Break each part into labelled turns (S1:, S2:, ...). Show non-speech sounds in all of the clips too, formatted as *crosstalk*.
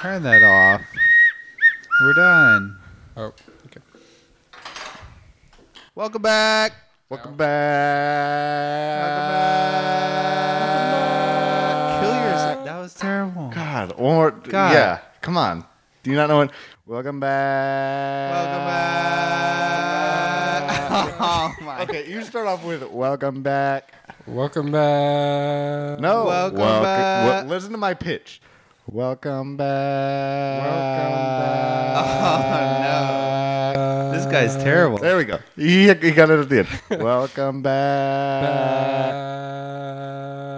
S1: turn that off. We're done.
S2: Oh, okay.
S1: Welcome back.
S2: Welcome
S1: back. Kill yourself. That was terrible.
S2: God, one more.
S1: God.
S2: Yeah, come on. Do you not know when? Welcome back.
S1: Welcome back. Oh my.
S2: Okay, you start off with welcome back.
S3: Welcome back.
S2: No.
S1: Welcome
S2: welco-
S1: back.
S2: wel- listen to my pitch. Welcome back.
S3: Welcome
S1: Oh no.
S3: back.
S1: This guy's terrible.
S2: There we go. He, he got it
S1: *laughs*
S2: at the end. welcome back.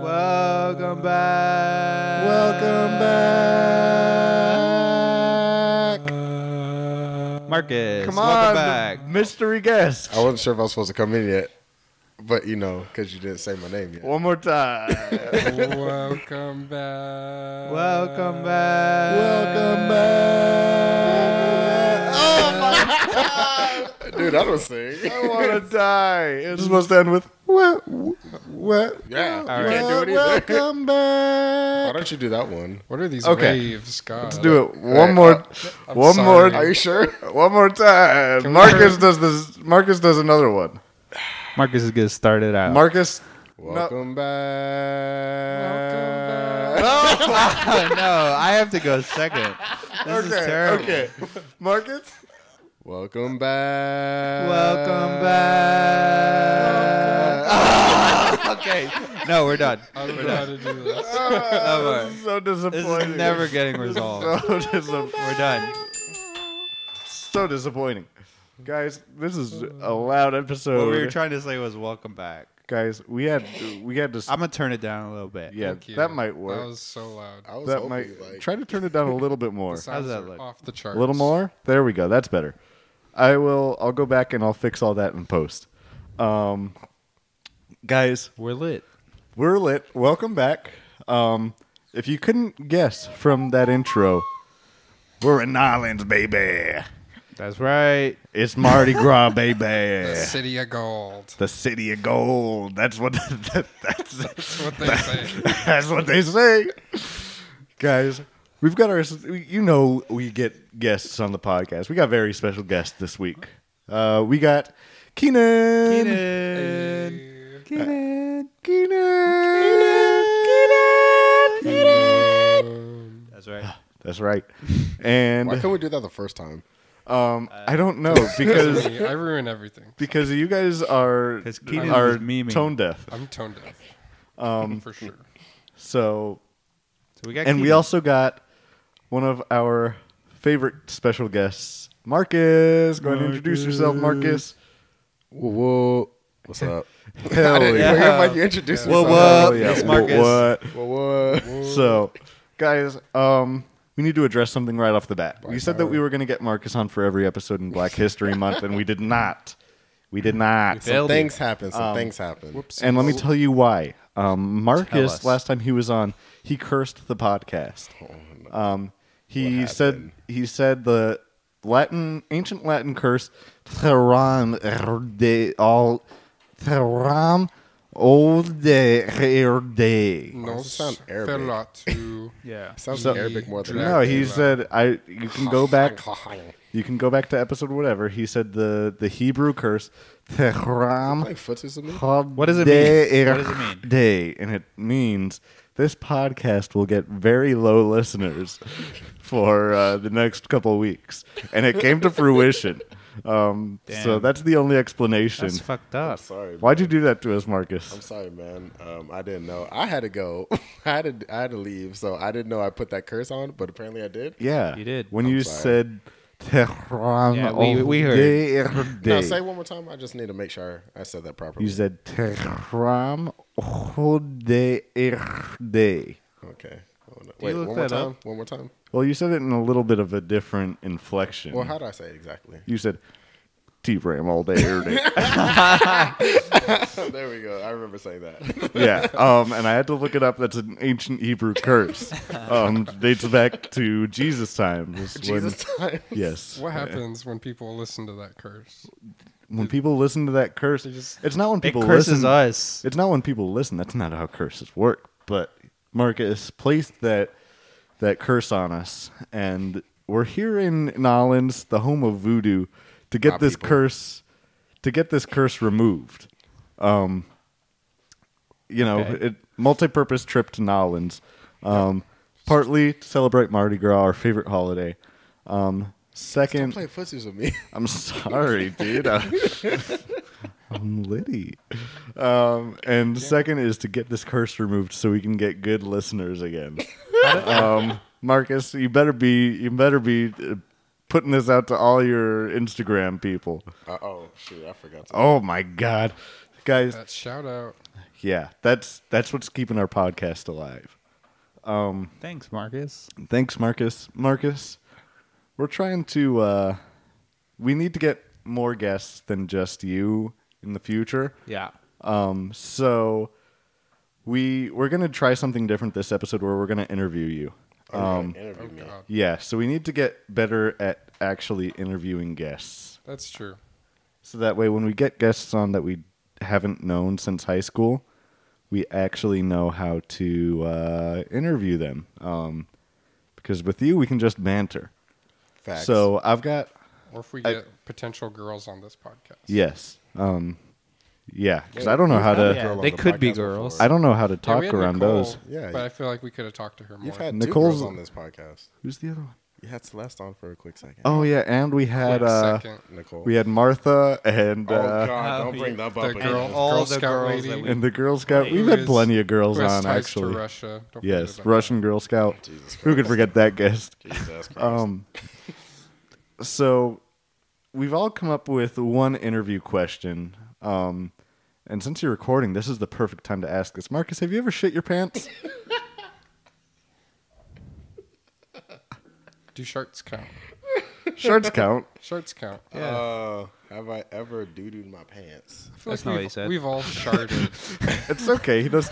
S1: Welcome back.
S2: Welcome back.
S1: Marcus.
S2: Come
S1: Welcome
S2: on,
S1: back. Oh.
S2: mystery guest.
S3: I wasn't sure if I was supposed to come in yet, but you know, because you didn't say my name yet.
S2: One more time.
S3: Welcome back.
S1: Welcome
S2: Uh,
S1: back.
S2: Welcome back. Oh my
S3: Dude, I don't sing.
S2: I
S3: *laughs*
S2: want to die. It's supposed to end with what? What?
S3: Yeah, you
S2: what-
S3: can't do it either. *laughs*
S2: Welcome
S3: Why
S2: back.
S3: don't you do that one? What are these
S2: Okay.
S3: waves, God?
S2: Let's do it
S3: All right,
S2: one more,
S3: I'm
S2: one
S3: sorry. Are
S2: more,
S3: you sure?
S2: one more time.
S3: Can we
S2: Marcus
S3: turn-
S2: does this. Marcus does another one.
S1: Marcus is gonna start it out.
S2: Marcus.
S3: Uh, Welcome
S2: back.
S1: oh, no, *laughs* I have to go second. This is terrible.
S2: Okay. Marcus.
S3: Welcome back.
S2: Uh,
S1: Welcome
S2: *laughs*
S1: back. okay. *laughs* No, we're done.
S3: I don't know how to do this.
S1: No more.
S2: So
S1: This
S2: disappointing.
S1: is never getting resolved.
S2: So *laughs* disappointing.
S1: We're done.
S2: so disappointing. Guys, this is a loud episode.
S1: What we were trying to say was welcome back.
S2: Guys, we had we had to.
S1: I'm gonna turn it down a little bit.
S2: yeah,
S3: Thank you.
S2: that might work.
S3: That was so loud. I was
S2: that
S3: hoping,
S2: might
S3: like,
S2: try to turn it down a little bit
S3: *laughs*
S2: more.
S3: the sounds
S1: that
S3: are
S1: look?
S3: Off the charts.
S2: A little more. There we go. That's better. I will. I'll go back and I'll fix all that in post. Um, guys,
S1: We're lit.
S2: We're lit. Welcome back. Um, if you couldn't guess from that intro, we're in Islands, baby.
S1: That's right.
S2: It's Mardi Gras, baby.
S3: The *laughs* city of gold.
S2: The city of gold. That's what *laughs* that, that's
S3: That's what they
S2: *laughs*
S3: say.
S2: that's what they say. Guys, we've got our you know we get guests on the podcast. We got very special guests this week. Uh, we got Keenan. Uh,
S1: Keenan. Keenan.
S2: Keenan.
S3: Um,
S1: That's right.
S2: That's right.
S3: Why
S2: And
S3: couldn't we do that the first time?
S2: um, I don't know because
S3: I ruin everything.
S2: because you guys are
S1: 'Cause Keenan
S2: are
S1: was memeing.
S2: tone deaf.
S3: I'm tone deaf.
S2: Um,
S3: for sure.
S2: So
S1: So we got
S2: and we
S1: Keenan.
S2: also got one of our favorite special guests, Marcus. Go ahead and introduce yourself, Marcus.
S4: Whoa, whoa.
S3: *laughs*
S4: What's up?
S2: *laughs* Hell yeah!
S3: Wait, Mike, you introduced
S1: Whoa,
S3: yourself.
S1: whoa.
S2: Hell yeah.
S1: It's
S2: Wha-
S1: Marcus.
S2: What?
S4: Whoa, whoa.
S2: So, guys, um, we need to address something right off the bat. we said that we were going to get Marcus on for every episode in Black History Month, and we did not. We did not.
S1: failed.
S4: Some things happen. Some things happen.
S2: And let me tell you why. Um,
S1: Tell
S2: Marcus,
S1: us.
S2: last time he was on, he cursed the podcast. Um, he
S4: What
S2: said
S4: happened?
S2: he said the Latin ancient Latin curse "Theram de all theram old de
S3: No,
S4: does it sound
S3: s-
S4: Arabic?
S3: fell out
S2: *laughs*
S3: to
S1: Yeah.
S4: Sounds
S2: So-
S4: Arabic more than
S2: No, he
S3: Dracula.
S2: said I. You can
S4: *laughs*
S2: go back.
S3: *laughs*
S2: You can go back to episode whatever. He said the the Hebrew curse
S4: Like
S2: Tehram.
S4: footsies with me?
S2: What
S1: does it mean? What does it mean?
S2: Day, and it means this podcast will get very low listeners for uh, the next couple weeks, and
S1: *laughs*
S2: it came to fruition. Um, so
S1: Damn.
S2: that's the only explanation.
S1: That's fucked up.
S4: Sorry.
S2: Why'd you do that to us, Marcus?
S4: I'm sorry, man. Um, I didn't know. I had to go. *laughs* I had to. I had to leave. So I didn't know I put that curse on, but apparently I did.
S2: Yeah,
S1: You did.
S2: When
S4: I'm
S2: you
S4: sorry.
S2: said Tehram,
S1: Yeah, we- we heard.
S4: No, say it one more time. I just need to make sure I said that properly.
S2: You said Tehram Hoderde.
S4: okay. Hold on.
S1: you
S4: Wait,
S1: look
S4: one more
S1: that
S4: time.
S1: up?
S4: One more time.
S2: Well, you said it in a little bit of a different inflection.
S4: Well, how do I say it exactly? *laughs*
S2: you said T Ram all day, er, day.
S4: there we go. I remember
S2: *laughs*
S4: saying that.
S2: yeah. Um, and I had to look it up. That's an ancient Hebrew
S1: *laughs*
S2: curse. Um, dates back to Jesus times. when-
S4: Jesus time. *laughs*
S2: Yes.
S3: What happens when people listen to that curse?
S2: When people listen to that curse,
S3: They just-
S2: it's not when
S1: It
S2: people
S1: curses
S2: listen.
S1: us.
S2: It's not when people listen. That's not how curses work. But Marcus placed that that curse on us, and we're here in Nolans, the home of voodoo, to get
S4: My
S2: this
S4: people.
S2: curse, to get this curse removed. Um, you know,
S1: Okay.
S2: it multi-purpose trip to Nolans, um, partly to celebrate Mardi Gras, our favorite holiday. Um, second,
S4: Play footsies with me.
S2: I'm sorry, dude. Uh, I- I'm litty. Um, and second is to get this curse removed so we can get good listeners again. um, Marcus, you better be you better be uh, putting this out to all your Instagram people.
S4: Uh oh, shoot, I forgot. To.
S2: Oh my god, guys!
S3: That shout out.
S2: Yeah, that's that's what's keeping our podcast alive.
S1: Thanks, Marcus.
S2: Thanks, Marcus. Marcus, we're trying to. Uh, we need to get more guests than just you in the future.
S1: Yeah.
S2: Um, so we we're gonna try something different this episode where we're gonna interview you.
S4: Um, interview me.
S3: God,
S2: Yeah, so we need to get better at actually interviewing guests.
S3: that's true.
S2: So that way when we get guests on that we haven't known since high school, we actually know how to uh, interview them. Um, because with you we can just banter.
S4: Facts.
S2: So I've got
S3: Or if we
S2: I-
S3: get potential girls on this podcast.
S2: yes. Um, yeah, because I don't know how to.
S1: Yeah,
S4: girl on
S1: they
S4: the
S1: could be
S4: podcast before.
S1: girls.
S2: I don't know how to
S3: Yeah,
S2: talk
S3: we had
S2: around
S3: Nicole,
S2: those.
S4: Yeah,
S3: But
S4: you-
S3: I feel like we could have talked to her more.
S4: You've had
S2: Nicole's-
S4: two girls on this podcast.
S2: Who's the other one?
S4: You had Celeste on for a quick second.
S2: Oh yeah, and we had
S3: Wait a
S2: uh,
S3: second.
S4: Nicole.
S2: we had Martha and
S4: oh
S2: uh,
S4: God, don't
S1: Happy-
S4: bring that up
S3: the
S4: again.
S3: girl-
S1: all
S3: Girl
S1: the
S3: Scout
S1: girls
S3: lady.
S1: that we
S2: and the Girl Scout. We've
S3: Who
S2: had
S3: is-
S2: plenty of girls
S3: who has
S2: on
S3: ties
S2: actually.
S3: To Russia. Don't forget
S2: yes,
S3: about
S2: Russian Girl Scout.
S4: Jesus
S2: Who could
S4: Christ.
S2: forget that guest? *laughs*
S4: Jesus Christ.
S2: Um, so we've all come up with one interview question. Um, and since you're recording, this is the perfect time to ask this. Marcus, have you ever shit your pants?
S3: that. Do shirts count?
S2: Shirts count.
S3: Shirts count.
S1: Yeah.
S4: Uh, have I ever doo dooed my pants?
S3: I feel
S1: That's
S3: like
S1: not what
S3: we've,
S1: he said.
S3: We've
S2: *laughs*
S3: all sharded.
S2: It's okay. He does.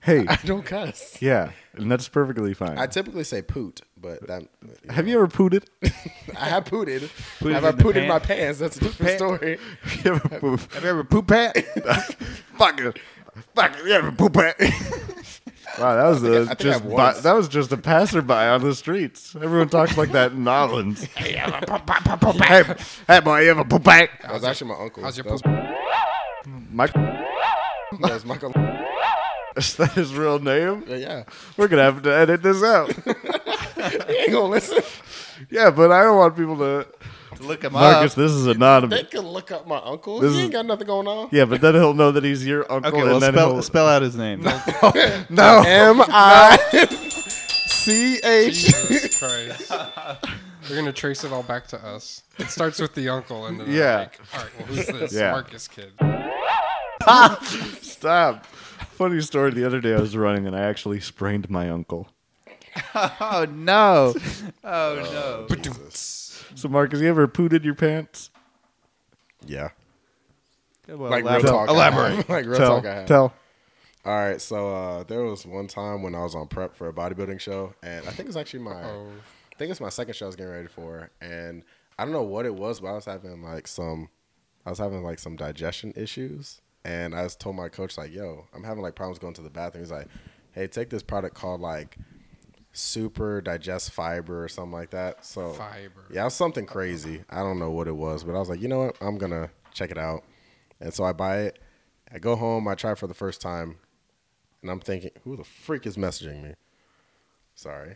S2: Hey,
S4: I don't cuss.
S2: yeah, and that's perfectly fine.
S4: I typically say poot, but that
S2: have
S4: *laughs*
S2: you ever pooted?
S4: I
S2: *laughs*
S4: have pooted.
S1: Pooted
S4: have I
S1: in the
S4: pooted
S1: pant?
S4: my pants? That's a different story.
S2: you ever poop?
S1: Have you ever poop pat?
S2: *laughs* Fuck it. Fuck it. You have a poop hat. *laughs* Wow, that was a,
S4: I think I
S2: just
S4: have
S2: by,
S4: once.
S2: that was just a passerby on the streets. Everyone talks like that in Nolans. hey, hey, boy, you have a poop hat?
S4: That was actually my uncle.
S3: How's your
S4: that, was,
S3: poop?
S2: Mike,
S4: that was Michael.
S2: *laughs* is that his real name?
S4: Yeah,
S2: We're gonna have to edit this
S4: *laughs*
S2: out.
S4: he ain't gonna listen.
S2: yeah, but I don't want people to.
S1: Look him
S2: Marcus,
S1: up.
S2: this is anonymous.
S4: They can look up my uncle.
S2: This
S4: he
S2: is-
S4: ain't got nothing going on.
S2: Yeah, but then he'll know that he's your uncle,
S1: Okay,
S2: and
S1: well,
S2: then
S1: spell,
S2: he'll
S1: spell out his
S2: *laughs*
S1: name.
S2: no.
S4: M I
S2: *laughs*
S4: C H.
S3: Jesus Christ. They're gonna trace it all back to us. It starts with the uncle, and then they're
S2: Yeah.
S3: like, all right, well, who's this?
S2: Yeah.
S3: Marcus kid.
S2: Stop. Funny story. The other day I was running and I actually sprained my ankle.
S1: oh, no. Oh, no.
S2: So, Marcus, you ever pooted your pants?
S4: Yeah,
S1: Well,
S4: like
S1: elaborate.
S4: real talk. I
S1: Elaborate.
S4: have. *laughs* Like real
S2: tell,
S4: talk. I have.
S2: tell.
S4: All right, so uh, there was one time when I was on prep for a bodybuilding show, and I think it's actually my, I think it's my second show I was getting ready for, and I don't know what it was, but I was having like some, I was having like some digestion issues, and I was told my coach like, "Yo, I'm having like problems going to the bathroom." He's like, "Hey, take this product called like Super Digest Fiber or something like that." So
S3: Fiber.
S4: yeah, it was something crazy. I don't know what it was, but I was like, you know what? I'm gonna check it out. And so I buy it. I go home. I try it for the first time, and I'm thinking, who the freak is messaging me? Sorry.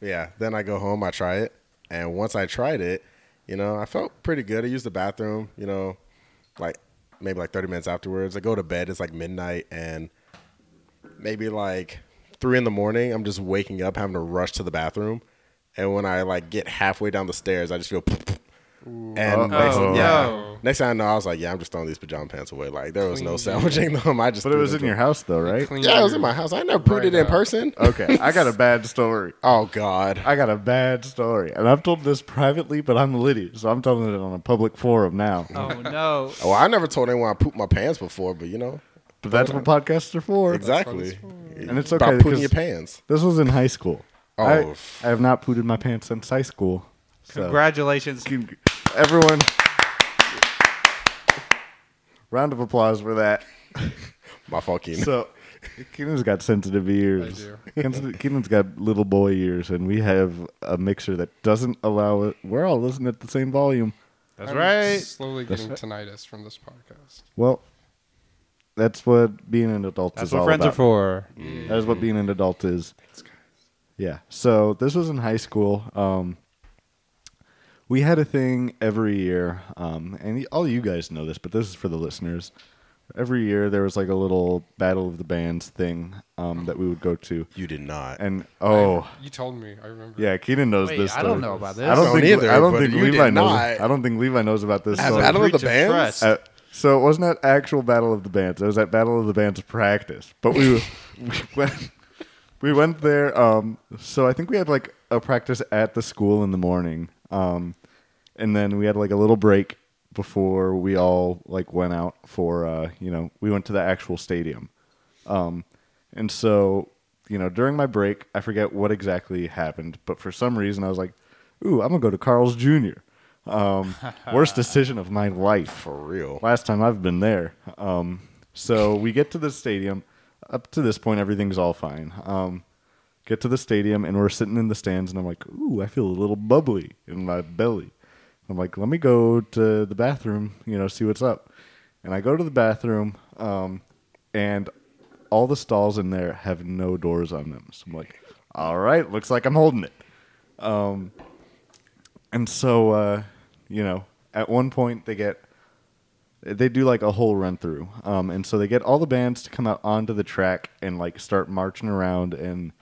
S4: Yeah. Then I go home. I try it, and once I tried it, you know, I felt pretty good. I used the bathroom. You know, like maybe like 30 minutes afterwards. I go to bed. It's like midnight, and maybe like three in the morning. I'm just waking up, having to rush to the bathroom, and when I like get halfway down the stairs, I just feel. And next,
S1: Oh, no.
S4: next thing I know, I was like, "Yeah, I'm just throwing these pajama pants away." Like there was no sandwiching them. I just.
S2: But it
S4: threw
S2: was
S4: them
S2: in
S4: to-
S2: your house, though, right?
S3: Clean
S4: Yeah, it was
S3: your-
S4: in my house. I never put it in
S3: out.
S4: person.
S2: Okay, I got a bad story.
S4: *laughs* Oh God.
S2: I got a bad story, and I've told this privately, but I'm Liddy, so I'm telling it on a public forum now.
S1: Oh, no.
S4: Well, I never told anyone I pooped my pants before, but you know,
S2: But that's what podcasts are for.
S4: exactly.
S2: And it's okay
S4: About putting
S2: because
S4: your pants.
S2: this was in high school.
S4: Oh.
S2: I, I have not pooted my pants since high school. *laughs* So.
S1: Congratulations.
S2: Everyone, round of applause for that.
S4: My fucking.
S2: So Keenan's got sensitive ears. *laughs*
S3: I
S2: do. Keenan's got little boy ears, and we have a mixer that doesn't allow it. We're all listening at the same volume.
S1: That's
S3: I'm
S1: right.
S3: Slowly getting tinnitus from this podcast.
S2: Well, that's what being an adult
S1: That's
S2: is
S1: what
S2: all
S1: friends
S2: about.
S1: are for.
S2: That is what being an adult is. Yeah. So this was in high school. Um, we had a thing every year, um, and y- all you guys know this, but this is for the listeners. Every year there was like a little battle of the bands thing um, that we would go to,
S4: You did not.
S2: and oh
S3: You told me. I remember.
S2: yeah, Keenan knows
S1: Wait,
S2: this.
S1: I don't
S2: story.
S1: know about this.
S2: I don't,
S4: I don't
S2: think
S4: either,
S2: I don't
S4: but
S2: think
S4: you
S2: Levi
S4: did
S2: knows.
S4: not.
S2: I don't think Levi knows about this.
S4: At
S2: story.
S4: Battle of
S1: Breach
S4: the Bands?
S1: trust.
S2: Uh, so it wasn't at actual Battle of the Bands. It was at Battle of the Bands practice. But we, we went we went there. Um, so I think we had like a practice at the school in the morning, um, and then we had like a little break before we all like went out for uh, you know we went to the actual stadium, um, and so you know during my break I forget what exactly happened, but for some reason I was like, ooh, I'm gonna go to Carl's Jr. Um, worst decision of my life
S4: For real.
S2: last time I've been there. Um, so we get to the stadium. Up to this point, everything's all fine. Um, get to the stadium, and we're sitting in the stands, and I'm like, ooh, I feel a little bubbly in my belly. I'm like, let me go to the bathroom, you know, see what's up. And I go to the bathroom, um, and all the stalls in there have no doors on them. So I'm like, all right, looks like I'm holding it. Um, and so, uh, you know, at one point they get they do like a whole run through um, and so they get all the bands to come out onto the track and like start marching around and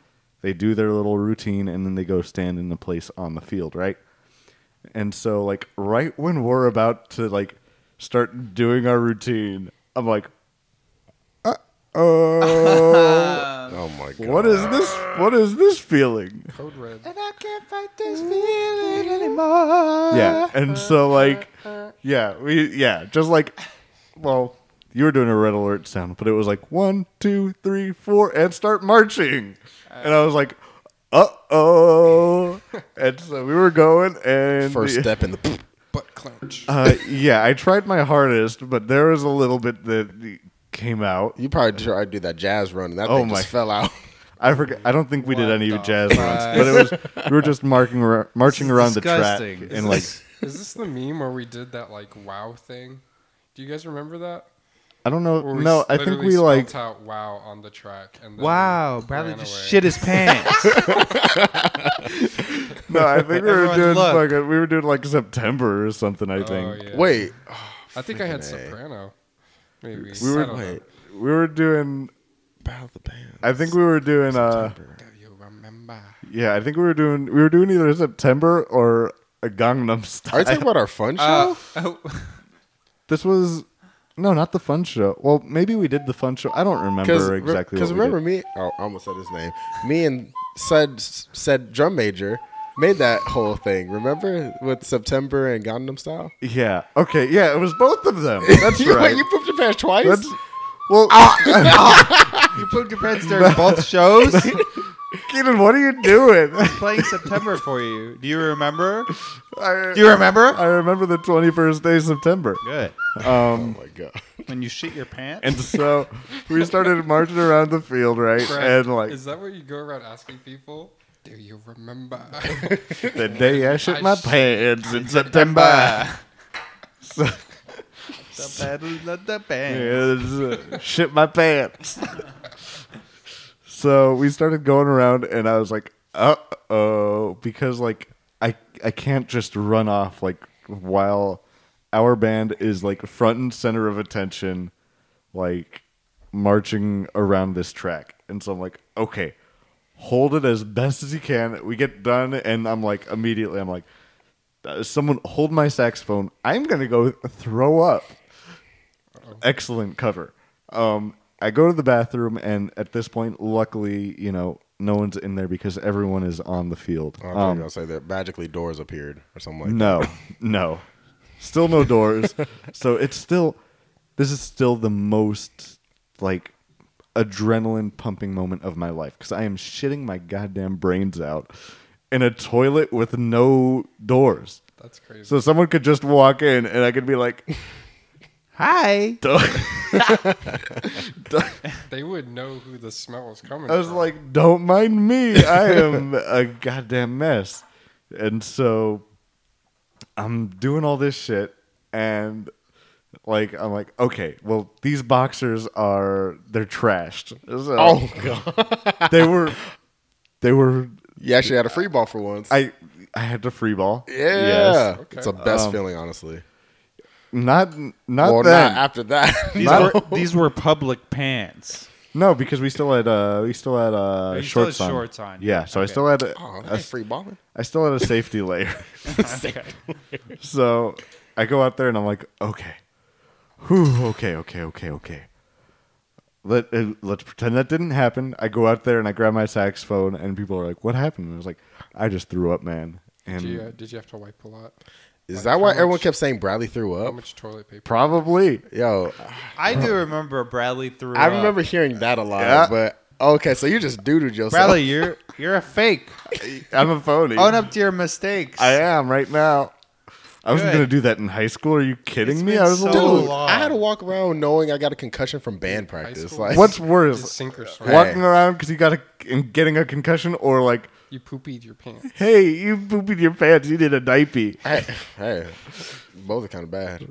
S2: they do their little routine and then they go stand in the place on the field right and so like right when we're about to like start doing our routine i'm like oh
S4: Oh my god.
S2: what is this what is this feeling
S3: Code red.
S2: yeah and so like yeah we yeah just like well you were doing a red alert sound but it was like one two three four and start marching and i was like uh-oh and so we were going and
S4: First step in
S2: *laughs*
S4: the.
S3: Butt clench.
S2: uh, yeah i tried my hardest but there was a little bit that came out
S4: You probably tried to do that jazz run, and that
S2: Oh
S4: thing
S2: my-
S4: just
S2: *laughs*
S4: fell out.
S2: i forget i don't think we did
S3: What
S2: any
S3: the
S2: jazz
S3: fuck?
S2: runs but it was we were just marking ar- marching
S1: This is
S2: around the
S1: disgusting.
S2: track and
S1: This
S2: like
S1: is-
S3: Is this the meme where we did that like wow thing? Do you guys remember that?
S2: i don't know
S3: Where we
S2: no
S3: s-
S2: i think
S3: literally
S2: we
S3: spelt
S2: like
S3: out wow on the track and then
S1: Wow,
S3: ran
S1: Bradley just
S3: away.
S1: shit his
S2: *laughs*
S1: pants.
S2: No, I think we were
S1: Everyone
S2: doing
S1: look.
S2: fucking, we were doing like September or something. I think
S3: Oh, yeah.
S4: Wait.
S3: I think I had
S4: freaking A.
S3: soprano. Maybe
S2: we
S3: I
S2: were.
S3: don't know.
S2: We were doing.
S4: Battle the band.
S2: I think we were doing. Uh,
S3: Do you remember?
S2: yeah, I think we were doing. We were doing either September or a Gangnam
S4: Are
S2: Style.
S4: you talking about our fun show?
S3: oh,
S2: this was. No, not the fun show. Well, maybe we did the fun show. I don't remember
S4: re-
S2: exactly.
S4: Because
S2: what we
S4: remember
S2: did.
S4: me? Oh, I almost said his name. Me and said said drum major made that whole thing. Remember with September and Gangnam Style?
S2: Yeah. Okay. Yeah, it was both of them. That's
S4: *laughs* you,
S2: right.
S4: Wait, you pooped your pants twice.
S2: That's, well,
S1: you pooped your pants during both shows.
S2: Keenan, what are you doing?
S1: *laughs* Playing September for you. Do you remember?
S2: I,
S1: Do you remember?
S2: I remember the twenty-first day of September. Um,
S1: Good.
S4: oh my god.
S1: When you shit your pants. *laughs*
S2: And so we started marching around the field, right?
S3: Brad,
S2: and like
S3: is that where you go around asking people? Do you
S2: *laughs*
S3: remember?
S2: the day I shit
S3: I
S2: my
S3: sh- *laughs*
S2: pants in September. So-
S1: The battle of the band.
S2: Yes, shit my pants. so we started going around, and I was like, "Uh oh," because like I I can't just run off like while our band is like front and center of attention, like marching around this track, and so I'm like, okay. Hold it as best as you can. We get done, and I'm like, immediately, I'm like, uh, someone hold my saxophone. I'm gonna go throw up. Excellent cover. Um, I go to the bathroom, and at this point, luckily, you know, no one's in there because everyone is on the field.
S4: Oh, I thought you were
S2: Um,
S4: gonna say that magically doors appeared or something like
S2: no, no, still no doors. so it's still, this is still the most like adrenaline pumping moment of my life because I am shitting my goddamn brains out in a toilet with no doors.
S3: That's crazy.
S2: So someone could just walk in and I could be like,
S1: Hi.
S2: Don't-
S4: *laughs*
S3: They would know who the smell is coming.
S2: I was
S3: from.
S2: like, don't mind me. I am a goddamn mess. And so I'm doing all this shit and like I'm like, okay, well these boxers are they're trashed. So
S4: Oh god!
S2: they were they were
S4: You actually had a free ball for once.
S2: I I had to free ball.
S4: yeah,
S2: Yes.
S4: it's the
S3: Okay.
S4: best feeling, honestly.
S2: Not not
S4: well,
S2: then.
S4: not
S2: *laughs*
S4: after that. *laughs*
S1: These
S2: No.
S1: were these were public pants.
S2: no, because we still had uh we still had uh
S1: you still
S2: shorts
S1: had
S2: on.
S1: shorts on.
S2: Yeah, so I
S1: Okay.
S2: still had a,
S4: oh,
S2: a
S4: that's free balling.
S2: I still had a
S1: *laughs*
S2: safety layer.
S1: Okay.
S2: *laughs* So I go out there and I'm like, okay, whew, okay, okay, okay, okay. Let uh, let's pretend that didn't happen. I go out there and I grab my saxophone, and people are like, "What happened?" And I was like, "I just threw up, man." And
S3: Did you,
S2: "Mm."
S3: uh, did you have to wipe a lot?
S4: Is
S3: Like,
S4: that why
S3: how
S4: everyone
S3: much-
S4: kept saying Bradley threw
S2: Oh.
S3: How
S4: up?
S3: much toilet paper?
S1: *laughs*
S2: probably,
S4: Yo,
S1: I do remember Bradley threw.
S4: I
S1: up.
S4: remember hearing that a lot.
S2: Yeah.
S4: But okay, so you just doodled
S1: *laughs*
S4: yourself.
S1: Bradley, you're you're a fake.
S2: I'm a phony.
S1: Own up to your mistakes.
S2: I am right now. I wasn't
S1: Good.
S2: gonna do that in high school. Are you kidding
S1: It's
S2: me?
S1: been
S2: I was
S1: so
S2: a little.
S4: Dude, I had to walk around knowing I got a concussion from band practice.
S3: school?
S4: Like,
S2: What's
S3: Just
S2: worse,
S3: sink or swim.
S4: What?
S2: walking around because you got a and getting a concussion, or like,
S3: You poopied your pants.
S2: hey, you pooped your pants. You did a diaper.
S4: *laughs* Hey, hey, both are kind
S2: *laughs*
S4: of bad.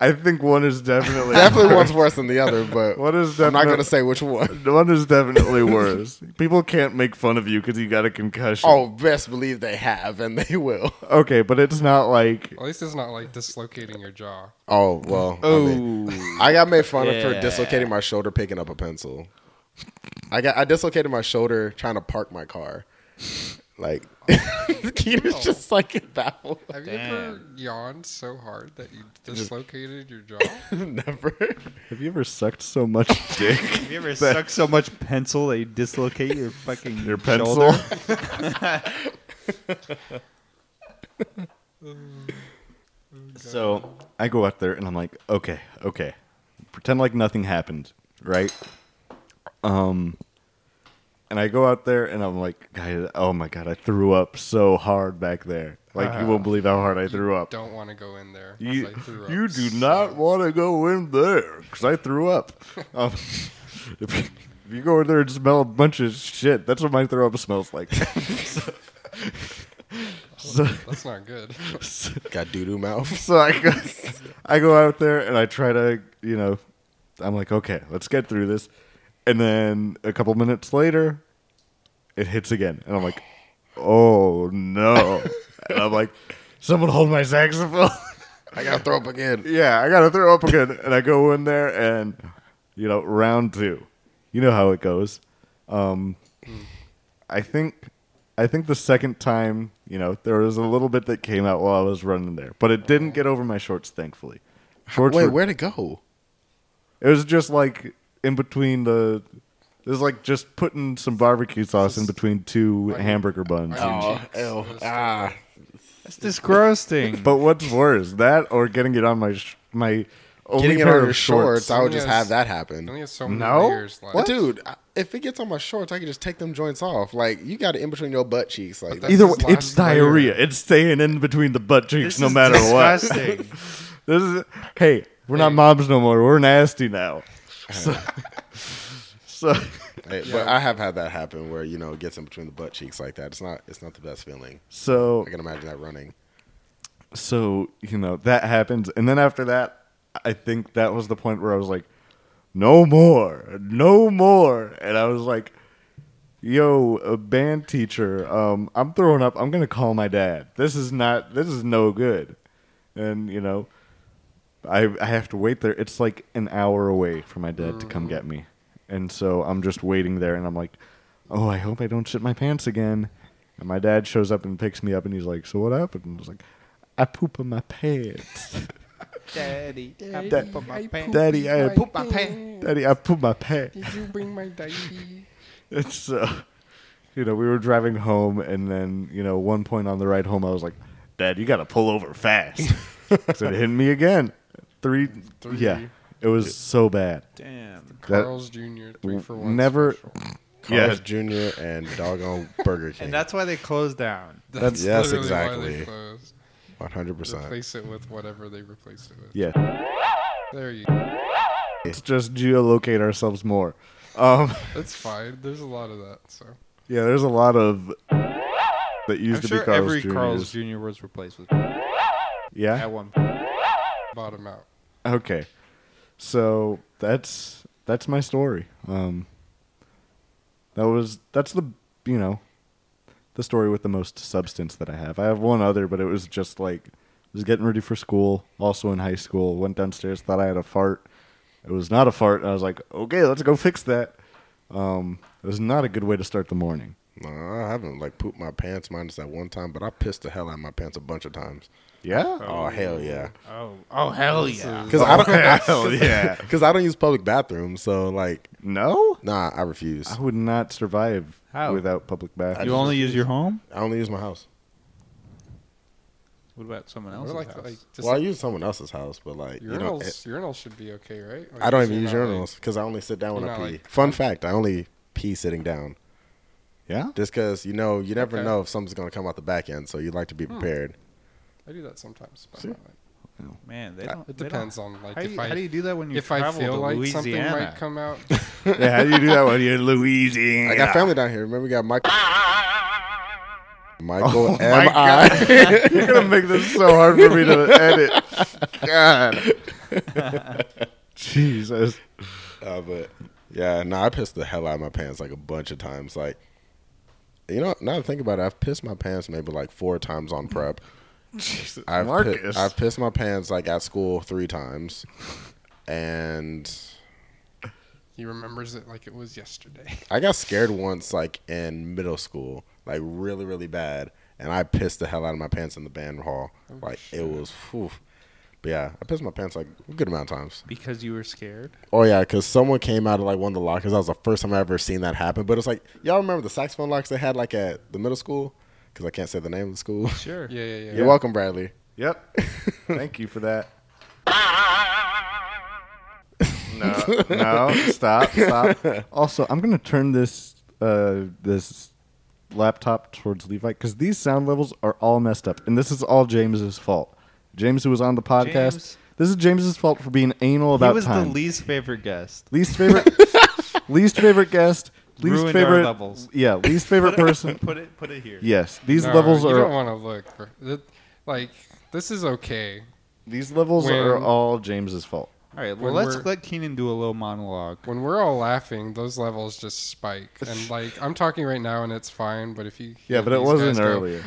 S2: I think one is definitely
S4: Definitely one's worse than the other, but
S2: What is
S4: I'm not
S2: definite-
S4: going to say which one.
S2: One is definitely worse. People can't make fun of you because you got a concussion.
S4: Oh, best believe they have, and they will.
S2: okay, but it's not like
S3: At least it's not like dislocating your jaw.
S4: *laughs* Oh well. I, mean,
S1: Oh,
S4: I got made fun of for
S1: Yeah.
S4: dislocating my shoulder picking up a pencil. I got I dislocated my shoulder trying to park my car. Like *laughs* Keenan's just like baffled.
S3: Have you ever yawned so hard that you dislocated your jaw?
S4: *laughs* Never.
S2: have you ever sucked so much dick?
S1: have you ever sucked so much pencil that you dislocate your fucking
S2: Your
S1: shoulder?
S2: pencil? *laughs* so I go out there and I'm like, okay, okay. Pretend like nothing happened, right? Um and I go out there and I'm like, guys, oh my god, I threw up so hard back there. Like you won't believe how hard I threw up.
S3: Don't want to go in there. 'cause
S2: You,
S3: I threw up
S2: you do
S3: so-
S2: not want to go in there because I threw up. Um, *laughs* if, you, if you go in there and smell a bunch of shit, that's what my throw up smells like. *laughs* so,
S3: That's not good. *laughs*
S2: so,
S4: Got doo doo mouth.
S2: so I go, I go out there and I try to, you know, I'm like, okay, let's get through this. And then a couple minutes later, it hits again. And I'm like, oh
S3: *laughs*
S2: no. and I'm like, someone hold my saxophone. *laughs*
S4: I gotta throw up again.
S2: yeah, I gotta throw up again, and I go in there, and you know, round two, you know how it goes. Um, I think, I think the second time, you know, there was a little bit that came out while I was running there, but it didn't get over my shorts, thankfully. Shorts
S4: Wait,
S2: were-
S4: where'd it go?
S2: it was just like in between the. It was like just putting some barbecue sauce in between two hamburger buns.
S3: Oh,
S4: ew.
S3: That's
S4: Ah.
S1: That's disgusting.
S2: But what's worse, that or getting it on my sh- my only
S4: Getting it
S2: pair
S4: on
S2: of
S4: your shorts, I would just
S3: Yes.
S4: have that
S3: I
S4: happen.
S3: only have so many
S2: No?
S3: layers left.
S4: But dude, I- if it gets on my shorts, I can just take them joints off. Like you got it in between your butt cheeks. Like
S3: But
S4: that-
S2: Either way,
S3: That's his
S2: it's
S3: last layer.
S2: diarrhea. It's staying in between the butt cheeks
S1: This
S2: no
S1: is
S2: matter
S1: disgusting. what.
S2: what. *laughs* This is hey, we're not moms no more. We're nasty
S1: *laughs*
S2: now. So, so
S4: Hey, But I have had that happen where you know it gets in between the butt cheeks like that. It's not. It's not the best feeling.
S2: so
S4: I can imagine that running.
S2: so you know that happens, and then after that, I think that was the point where I was like, no more, no more, and I was like, yo, a band teacher, um, I'm throwing up. I'm gonna call my dad. This is not. This is no good, and you know. I I have to wait there. It's like an hour away for my dad to come get me, and so I'm just waiting there, and I'm like, oh, I hope I don't shit my pants again. And my dad shows up and picks me up, and he's like, so what happened? And I was like, I poop in my pants,
S1: Daddy, I
S2: Daddy,
S1: poop my
S3: I
S1: pants.
S3: poop
S2: Daddy. I
S3: my
S2: poop,
S1: my pants.
S2: Daddy. I poop my pants.
S3: Did you bring my diaper?
S2: And so, you know, we were driving home, and then you know, one point on the ride home, I was like, Dad, you got to pull over fast. so it hit me again. Three,
S3: Three.
S2: yeah. It was so bad.
S1: Damn.
S2: That-
S3: Carl's Jr. Three for one.
S2: never-
S3: special.
S4: Carl's Jr. and doggone Burger King.
S1: And that's why they closed down.
S3: That's
S4: Yes,
S3: literally why they
S4: exactly.
S3: closed.
S4: One hundred percent.
S3: Replace it with whatever they replaced it with.
S2: Yeah.
S3: There you.
S2: Let's just geolocate ourselves more. Um, *laughs*
S3: That's fine. There's a lot of that. So
S2: yeah, there's a lot of that used
S1: I'm
S2: to
S1: sure
S2: be Carl's
S1: every
S2: Jr.'s.
S1: Carl's Jr. was replaced with
S2: yeah.
S1: at one point.
S3: bottom out.
S2: Okay. So that's that's my story. Um, that was that's the you know the story with the most substance that I have. I have one other, but it was just like I was getting ready for school. Also in high school, went downstairs, thought I had a fart. It was not a fart. and I was like, okay, let's go fix that. Um, it was not a good way to start the morning.
S4: No, I haven't like pooped my pants minus that one time, but I pissed the hell out of my pants a bunch of times.
S2: Yeah.
S4: Oh, hell yeah!
S1: Oh, oh hell yeah!
S4: Because I don't.
S2: *laughs* Hell yeah.
S4: Because I don't use public bathrooms, so like,
S2: No.
S4: nah, I refuse.
S2: I would not survive
S1: How?
S2: without public bathrooms.
S1: You only use your home.
S4: I only use my house.
S1: What about someone
S3: Or
S1: else's
S3: like,
S1: house?
S3: like just
S4: Well, I use someone else's house, but like, you know, it-
S3: urinals. urinals should be okay, right? Like,
S4: I don't
S3: if
S4: even use
S3: you're not, like-
S4: urinals because I only sit down when
S3: you're
S4: I
S3: not,
S4: pee.
S3: like-
S4: Fun fact: I only pee sitting down,
S2: yeah.
S4: just because you know you never
S3: Okay.
S4: know if something's gonna come out the back end, so you like to be
S2: Hmm.
S4: prepared.
S3: I do that sometimes. But
S4: See?
S3: not, like-
S1: Man, they don't.
S3: it
S1: they don't-
S3: depends on like
S1: How do,
S3: if
S1: you,
S3: I
S1: how do you do that when you
S3: if I
S1: travel
S3: feel
S1: to
S3: like
S1: Louisiana?
S3: something might come
S2: *laughs*
S3: out.
S2: yeah, how do you do that when you're in Louisiana?
S4: I got family down here. Remember, we
S2: *laughs*
S4: got Michael. Michael
S2: Oh
S4: M
S2: my
S4: *laughs* I.
S2: *laughs* You're gonna make this so hard for me *laughs* to edit. God. Jesus.
S4: Uh, but yeah, no, I pissed the hell out of my pants like a bunch of times. Like, you know, now that I think about it, I've pissed my pants maybe like four times on prep.
S2: *laughs* Jesus.
S4: I've pi-
S2: Marcus.
S4: I've pissed my pants like at school three times, and
S3: he remembers it like it was
S2: *laughs*
S3: yesterday.
S4: I got scared once like in middle school, like really really bad, and I pissed the hell out of my pants in the band hall.
S1: Oh,
S4: Like it was, whew. but yeah, I pissed my pants like a good amount of times.
S1: because you were scared.
S4: Oh yeah, because someone came out of like one of the lockers. That was the first time I ever seen that happen. But it's like y'all remember the saxophone locks they had like at the middle school? Because I can't say the name of the school. *laughs*
S1: Sure.
S3: Yeah, yeah, yeah.
S4: You're welcome, Bradley. *laughs*
S2: Yep. Thank you for that. *laughs* No, no, stop, stop. Also, I'm gonna turn this uh, this laptop towards Levi because these sound levels are all messed up, and this is all James's fault. James, who was on the podcast,
S1: James.
S2: this is James's fault for being anal about
S1: he was
S2: time.
S1: the least favorite guest.
S2: least favorite least favorite guest least
S1: Ruined our
S2: favorite
S1: levels.
S2: yeah least favorite person
S1: Put it. Put it here.
S2: yes these
S3: No,
S2: levels
S3: you
S2: are
S3: don't want to look. bro. That, like this is okay.
S2: these levels are
S3: When-
S2: all James's fault
S1: All right. Well,
S3: When
S1: let's
S3: we're-
S1: let Keenan do a little monologue.
S3: When we're all laughing, those levels just spike.
S2: *laughs*
S3: And like I'm talking right now, and it's fine. But if you
S2: yeah
S3: hear
S2: but it
S3: these
S2: wasn't
S3: guys go,
S2: earlier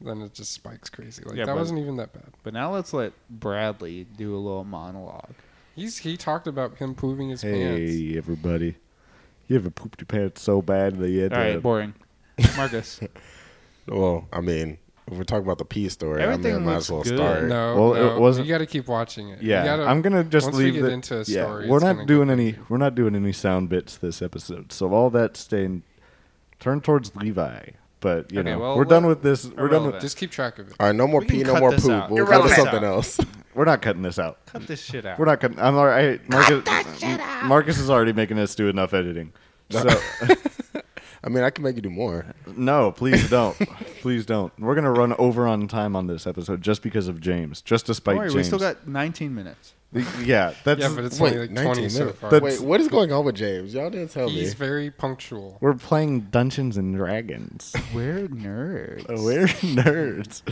S3: then it just spikes crazy. Like
S1: Yeah,
S3: that
S1: but-
S3: wasn't even that bad.
S1: But now let's let Bradley do a little monologue.
S3: He's he talked about him pooping his pants.
S2: hey everybody you ever pooped your pants so bad that you had
S1: All right.
S2: to
S1: Boring.
S2: *laughs*
S1: Marcus.
S4: Well, I mean, if we're talking about the pee story, I,
S1: Everything
S4: mean, I might
S1: looks
S4: as well
S1: good.
S4: start.
S3: No,
S2: Well, it
S3: no,
S2: wasn't-
S3: You got to keep watching it. You
S2: yeah
S3: gotta-
S2: I'm gonna just
S3: once we
S2: leave
S3: get
S2: the-
S3: into a
S2: yeah,
S3: story,
S2: we're
S3: it's
S2: not
S3: gonna
S2: doing
S3: get
S2: any we're not doing any sound bits this episode so all that staying turn towards Levi but you
S1: Okay,
S2: know
S1: well,
S2: we're done
S1: let-
S2: with this we're done with
S1: irrelevant.
S3: just keep track of it.
S4: All right, no more
S1: We can
S4: pee, no
S1: cut
S4: more
S1: this
S4: poop.
S1: out.
S4: We'll go to
S1: Irrelevant.
S4: something else. *laughs*
S2: we're not cutting this out
S1: Cut this shit out.
S2: We're not cutting. I'm all right. Marcus, Marcus is already making us do enough editing. So *laughs*
S4: I mean, I can make you do more.
S2: no, please don't. Please don't. We're gonna run over on time on this episode just because of James, just to spite
S1: Don't worry,
S2: James.
S1: we still got 19 minutes.
S2: yeah, that's
S3: Yeah, but it's only like 20 so far.
S4: Wait,
S2: That's-
S4: what is going on with James? Y'all didn't tell
S3: He's
S4: me.
S3: very punctual.
S2: we're playing Dungeons and Dragons.
S1: We're nerds.
S2: Oh, We're nerds.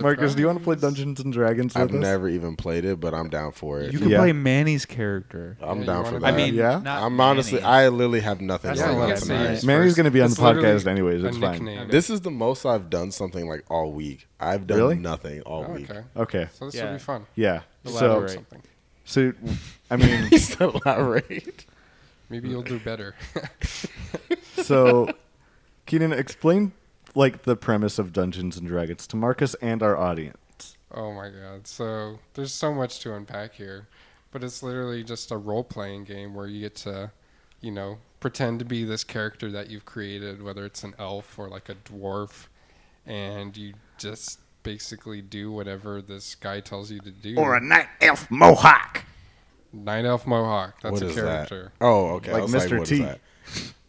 S2: Marcus, do you want to play Dungeons and Dragons with
S4: I've
S2: us?
S4: never even played it, but I'm down for it.
S1: You can
S2: Yeah.
S1: play Manny's character.
S4: I'm
S3: Yeah,
S4: down
S3: you
S4: for
S3: wanna-
S4: that.
S1: I mean,
S2: yeah?
S1: not
S4: I'm honestly,
S1: Manny.
S4: I literally have nothing
S1: That's
S4: going
S1: not
S4: on
S1: what I'm
S4: tonight.
S1: saying.
S2: Manny's gonna be on
S3: It's
S2: the podcast
S3: literally
S2: anyways,
S3: a
S2: it's fine.
S3: nickname.
S4: This is the most I've done something like all week. I've done
S2: Really?
S4: nothing all
S3: Oh,
S4: week.
S3: okay.
S2: Okay.
S3: So this
S1: Yeah.
S3: will be fun.
S2: Yeah.
S1: Elaborate.
S2: So,
S3: Something.
S2: so,
S3: *laughs*
S2: I
S4: *laughs*
S2: mean,
S4: Please don't elaborate.
S3: Maybe you'll do better. *laughs*
S2: So, Keenan, explain like the premise of Dungeons and Dragons to Marcus and our audience.
S3: oh my god. So there's so much to unpack here, but it's literally just a role playing game where you get to, you know, pretend to be this character that you've created, whether it's an elf or like a dwarf, and you just basically do whatever this guy tells you to do.
S2: night elf mohawk.
S3: night elf mohawk. That's
S4: What
S3: a
S4: is
S3: character.
S4: that? Oh, okay. I
S2: Like
S4: was
S2: Mr.
S4: what is
S2: T.
S4: that?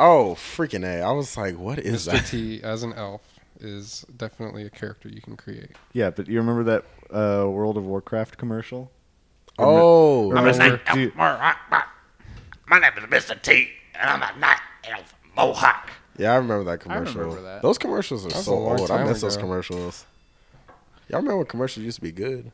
S4: Oh, freaking A. I was like, what is
S3: Mr.
S4: that?
S3: T as an elf. is definitely a character you can create.
S2: Yeah, but you remember that uh, World of Warcraft commercial?
S4: *laughs* Oh,
S2: Remember- do you-
S5: My name is Mr. T, and I'm a night elf mohawk.
S4: yeah, I remember that commercial.
S1: remember that.
S4: Those commercials are
S3: was a
S4: so
S3: long
S4: old. I
S3: time
S4: miss those
S3: ago.
S4: commercials. Y'all remember when commercials used to be good?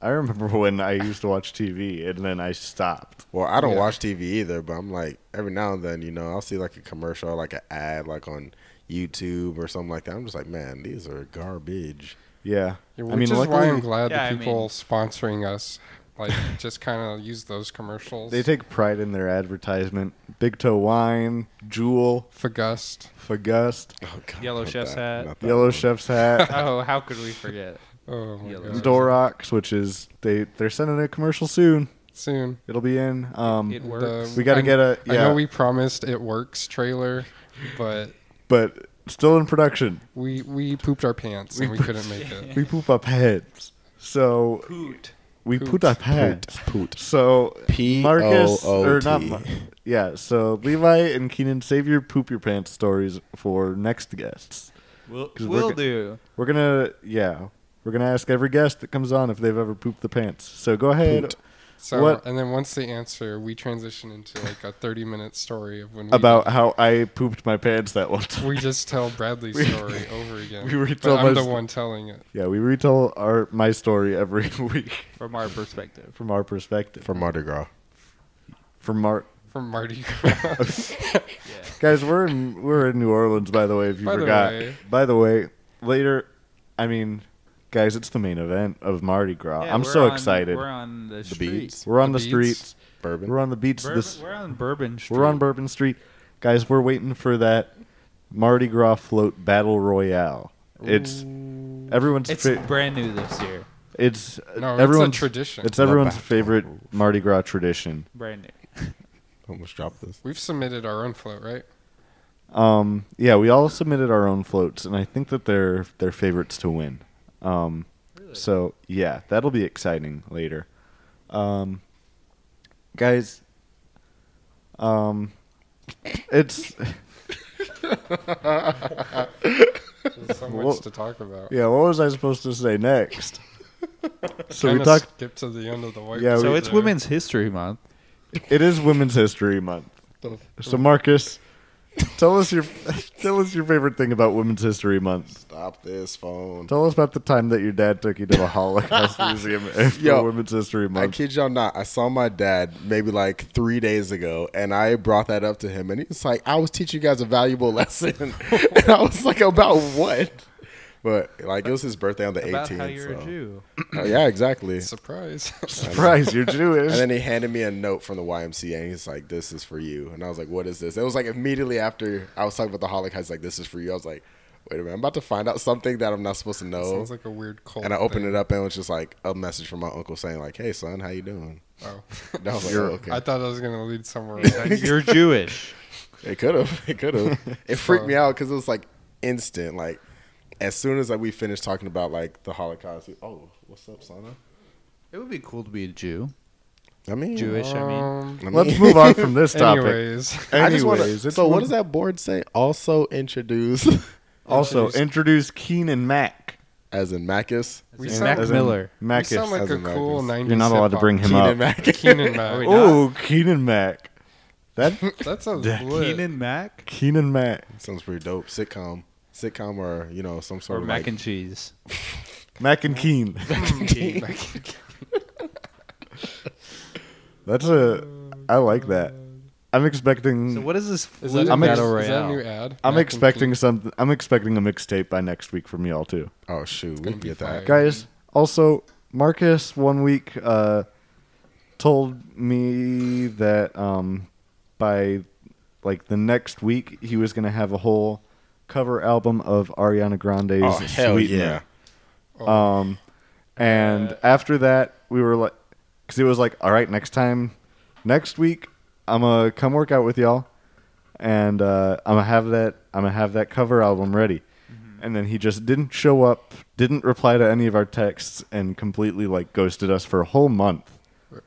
S2: I remember when I used to watch TV and then I stopped.
S4: Well, I don't
S3: Yeah.
S4: watch TV either, but I'm like every now and then, you know, I'll see like a commercial, like an ad, like on YouTube or something like that. I'm just like, man, these are garbage.
S2: Yeah,
S3: Yeah,
S2: I
S3: Which
S2: mean,
S3: is why I'm
S2: luckily
S3: glad
S1: Yeah, I
S3: the people
S1: mean-
S3: sponsoring us like *laughs* just kind of use those commercials.
S2: they take pride in their advertisement. Big Toe Wine, Jewel,
S3: Fagust.
S2: Fagust,
S4: *laughs* Oh, God,
S1: Yellow
S4: not
S1: chef's
S4: that-
S1: hat.
S4: not that
S2: Yellow
S4: one.
S2: Chef's Hat,
S1: *laughs* Oh, how could we forget?
S3: Oh my
S1: Yellow.
S3: God.
S2: Dorox, which is they they're sending a commercial soon.
S3: Soon.
S2: It'll be in. Um,
S1: It works.
S2: We gotta
S3: I-
S2: get a-
S3: I
S2: yeah.
S3: know we promised it works trailer, but
S2: but still in production.
S3: we we pooped our pants and we
S1: *laughs*
S3: couldn't make
S2: *laughs*
S3: it.
S2: We poop up heads. So
S1: Hoot.
S2: we
S3: Poot.
S2: poot up heads.
S4: Poot.
S2: So
S4: P
S2: Marcus
S4: O O
S2: or not?
S4: T.
S2: Mar- Yeah. So Levi and Keenan, save your poop your pants stories for next guests.
S1: Will,
S2: 'Cause we're
S1: will
S2: go-
S1: do.
S2: We're gonna yeah. We're gonna ask every guest that comes on if they've ever pooped the pants. So go ahead.
S4: Poot.
S3: So
S2: What-
S3: and then once they answer, we transition into like a 30 minute story of when we
S2: About how I pooped my pants that one
S3: *laughs*
S2: time.
S3: we just tell Bradley's
S2: *laughs*
S3: story over again.
S2: we were
S3: but
S2: told
S3: I'm the
S2: us-
S3: one telling it.
S2: Yeah, we retell our my story every *laughs* week
S1: From our perspective.
S2: from our perspective.
S4: from Mardi Gras.
S2: From our
S3: From Mardi
S2: *laughs*
S3: Gras. *laughs*
S2: guys, we're in we're in New Orleans, by the way. If you
S3: By the
S2: forgot,
S3: way.
S2: by the way, later. I mean, guys, it's the main event of Mardi Gras.
S1: Yeah,
S2: I'm
S1: we're
S2: so
S1: on-
S2: excited.
S1: We're
S2: We're on,
S1: on the,
S4: The
S1: streets.
S4: beads,
S2: the,
S3: The beats.
S2: streets.
S4: bourbon.
S2: We're on the beats.
S1: Bourbon,
S2: this
S1: we're on Bourbon Street.
S2: We're on Bourbon Street. Guys, we're waiting for that Mardi Gras float battle royale. It's everyone's
S1: It's
S2: fa-
S1: brand new this year.
S2: it's
S3: No, it's a
S2: everyone's
S3: tradition.
S2: It's everyone's
S4: battle.
S2: favorite Mardi Gras tradition.
S1: Brand new.
S4: Almost dropped this.
S3: We've submitted our own float,
S2: *laughs*
S3: right?
S2: Um, yeah, we all submitted our own floats, and I think that they're they're favorites to win. Um, so yeah, that'll be exciting later. Um, guys, um, it's
S3: There's so much
S2: Well,
S3: to talk about.
S2: yeah. What was I supposed to say
S4: *laughs*
S2: next? so we
S3: Kinda
S2: talked.
S3: Skip to the end of the white.
S2: Yeah,
S3: paper
S2: we-
S1: So it's
S3: there.
S1: Women's History Month.
S2: It is Women's History Month. So
S4: Mm-hmm.
S2: Marcus, tell us your *laughs* tell us your favorite thing about Women's History Month.
S4: Stop this phone.
S2: Tell us about the time that your dad took you
S4: *laughs*
S2: to the Holocaust Museum for
S4: Yo,
S2: Women's History
S4: I
S2: Month.
S4: kid y'all not. I saw my dad maybe like three days ago, and I brought that up to him, and he was like, "I was teaching you guys a valuable *laughs* lesson," and I was like, "About what?" But like, it was his birthday on the
S1: About
S4: 18th.
S1: how you're
S4: so-
S1: a
S2: *laughs*
S1: Jew.
S4: Oh, yeah, exactly.
S3: Surprise. *laughs*
S2: Surprise,
S4: *laughs*
S2: you're Jewish.
S4: And then he handed me a note from the YMCA, and he's like, "This is for you." And I was like, "What is this?" It was like immediately after I was talking about the Holocaust. he's Like, this is for you. I was like, "Wait a minute, I'm about to find out *laughs* something that I'm not supposed to know."
S3: Sounds like a weird cult.
S4: And I opened
S3: thing.
S4: it up, and it was just like a message from my uncle saying, "Like, hey son, how you doing?"
S3: Oh.
S4: And I was like, "Oh, okay.
S3: I thought I was gonna lead
S2: *laughs*
S3: somewhere. else.
S1: You're Jewish.
S4: It could have. *laughs* It
S3: *laughs*
S4: could have. It freaked me out because it was like instant. Like as soon as like we finished talking about like the Holocaust. he- oh, what's up, Sana?
S1: It would be cool to be a Jew.
S4: I mean,
S1: Jewish, I mean.
S3: Um,
S4: I
S2: *laughs*
S4: mean-
S2: Let's move on from
S4: *laughs*
S2: this topic.
S3: anyways,
S4: I just wanna-
S2: Anyways, it's
S4: so what
S2: one-
S4: does that board say? Also introduce,
S2: Also,
S3: Introduce-
S2: introduce Keenan Mac.
S4: as in Macus.
S3: we
S1: And
S3: sound,
S1: Mac
S2: As in
S1: Miller.
S3: we
S2: Mac
S3: sound
S2: is-
S3: like
S4: as
S3: a
S4: in Mac
S3: cool
S4: is-
S3: 90s.
S2: You're not allowed to
S3: hip-hop.
S2: bring him
S4: Keenan
S2: up.
S4: Mac.
S3: Keenan
S2: *laughs*
S3: Mac.
S1: Wait,
S2: Oh, Keenan Mac. That
S4: *laughs*
S3: That sounds
S2: Yeah.
S3: lit.
S1: Keenan Mac
S2: Keenan Mac.
S4: Sounds pretty dope. Sitcom, sitcom, or you know some
S1: or
S4: sort of
S1: Mac
S4: like,
S1: and Cheese.
S2: Mac and Keen.
S4: *laughs*
S3: Mac-
S2: That's a. I like that. I'm expecting.
S1: So what is this?
S3: Is
S1: Flu
S3: that,
S2: I'm
S3: a new-
S1: battle
S3: is that a new
S1: royale?
S3: ad?
S2: I'm
S3: Mac and
S2: expecting something. I'm expecting a mixtape by next week from y'all too,
S4: Oh shoot, we
S3: gonna
S4: can
S3: be
S4: get that.
S3: fire.
S2: guys. Also, Marcus one week uh, told me that um, by like the next week he was gonna have a whole cover album of Ariana Grande's
S4: Oh hell
S2: Sweetener.
S4: yeah!
S2: And
S1: Uh,
S2: after that, we were like, because it was like, all right, next time, next week, I'm gonna come work out with y'all, and uh, I'm gonna have that, I'm gonna have that cover album ready.
S4: Mm-hmm.
S2: And then he just didn't show up, didn't reply to any of our texts, and completely like ghosted us for a whole month.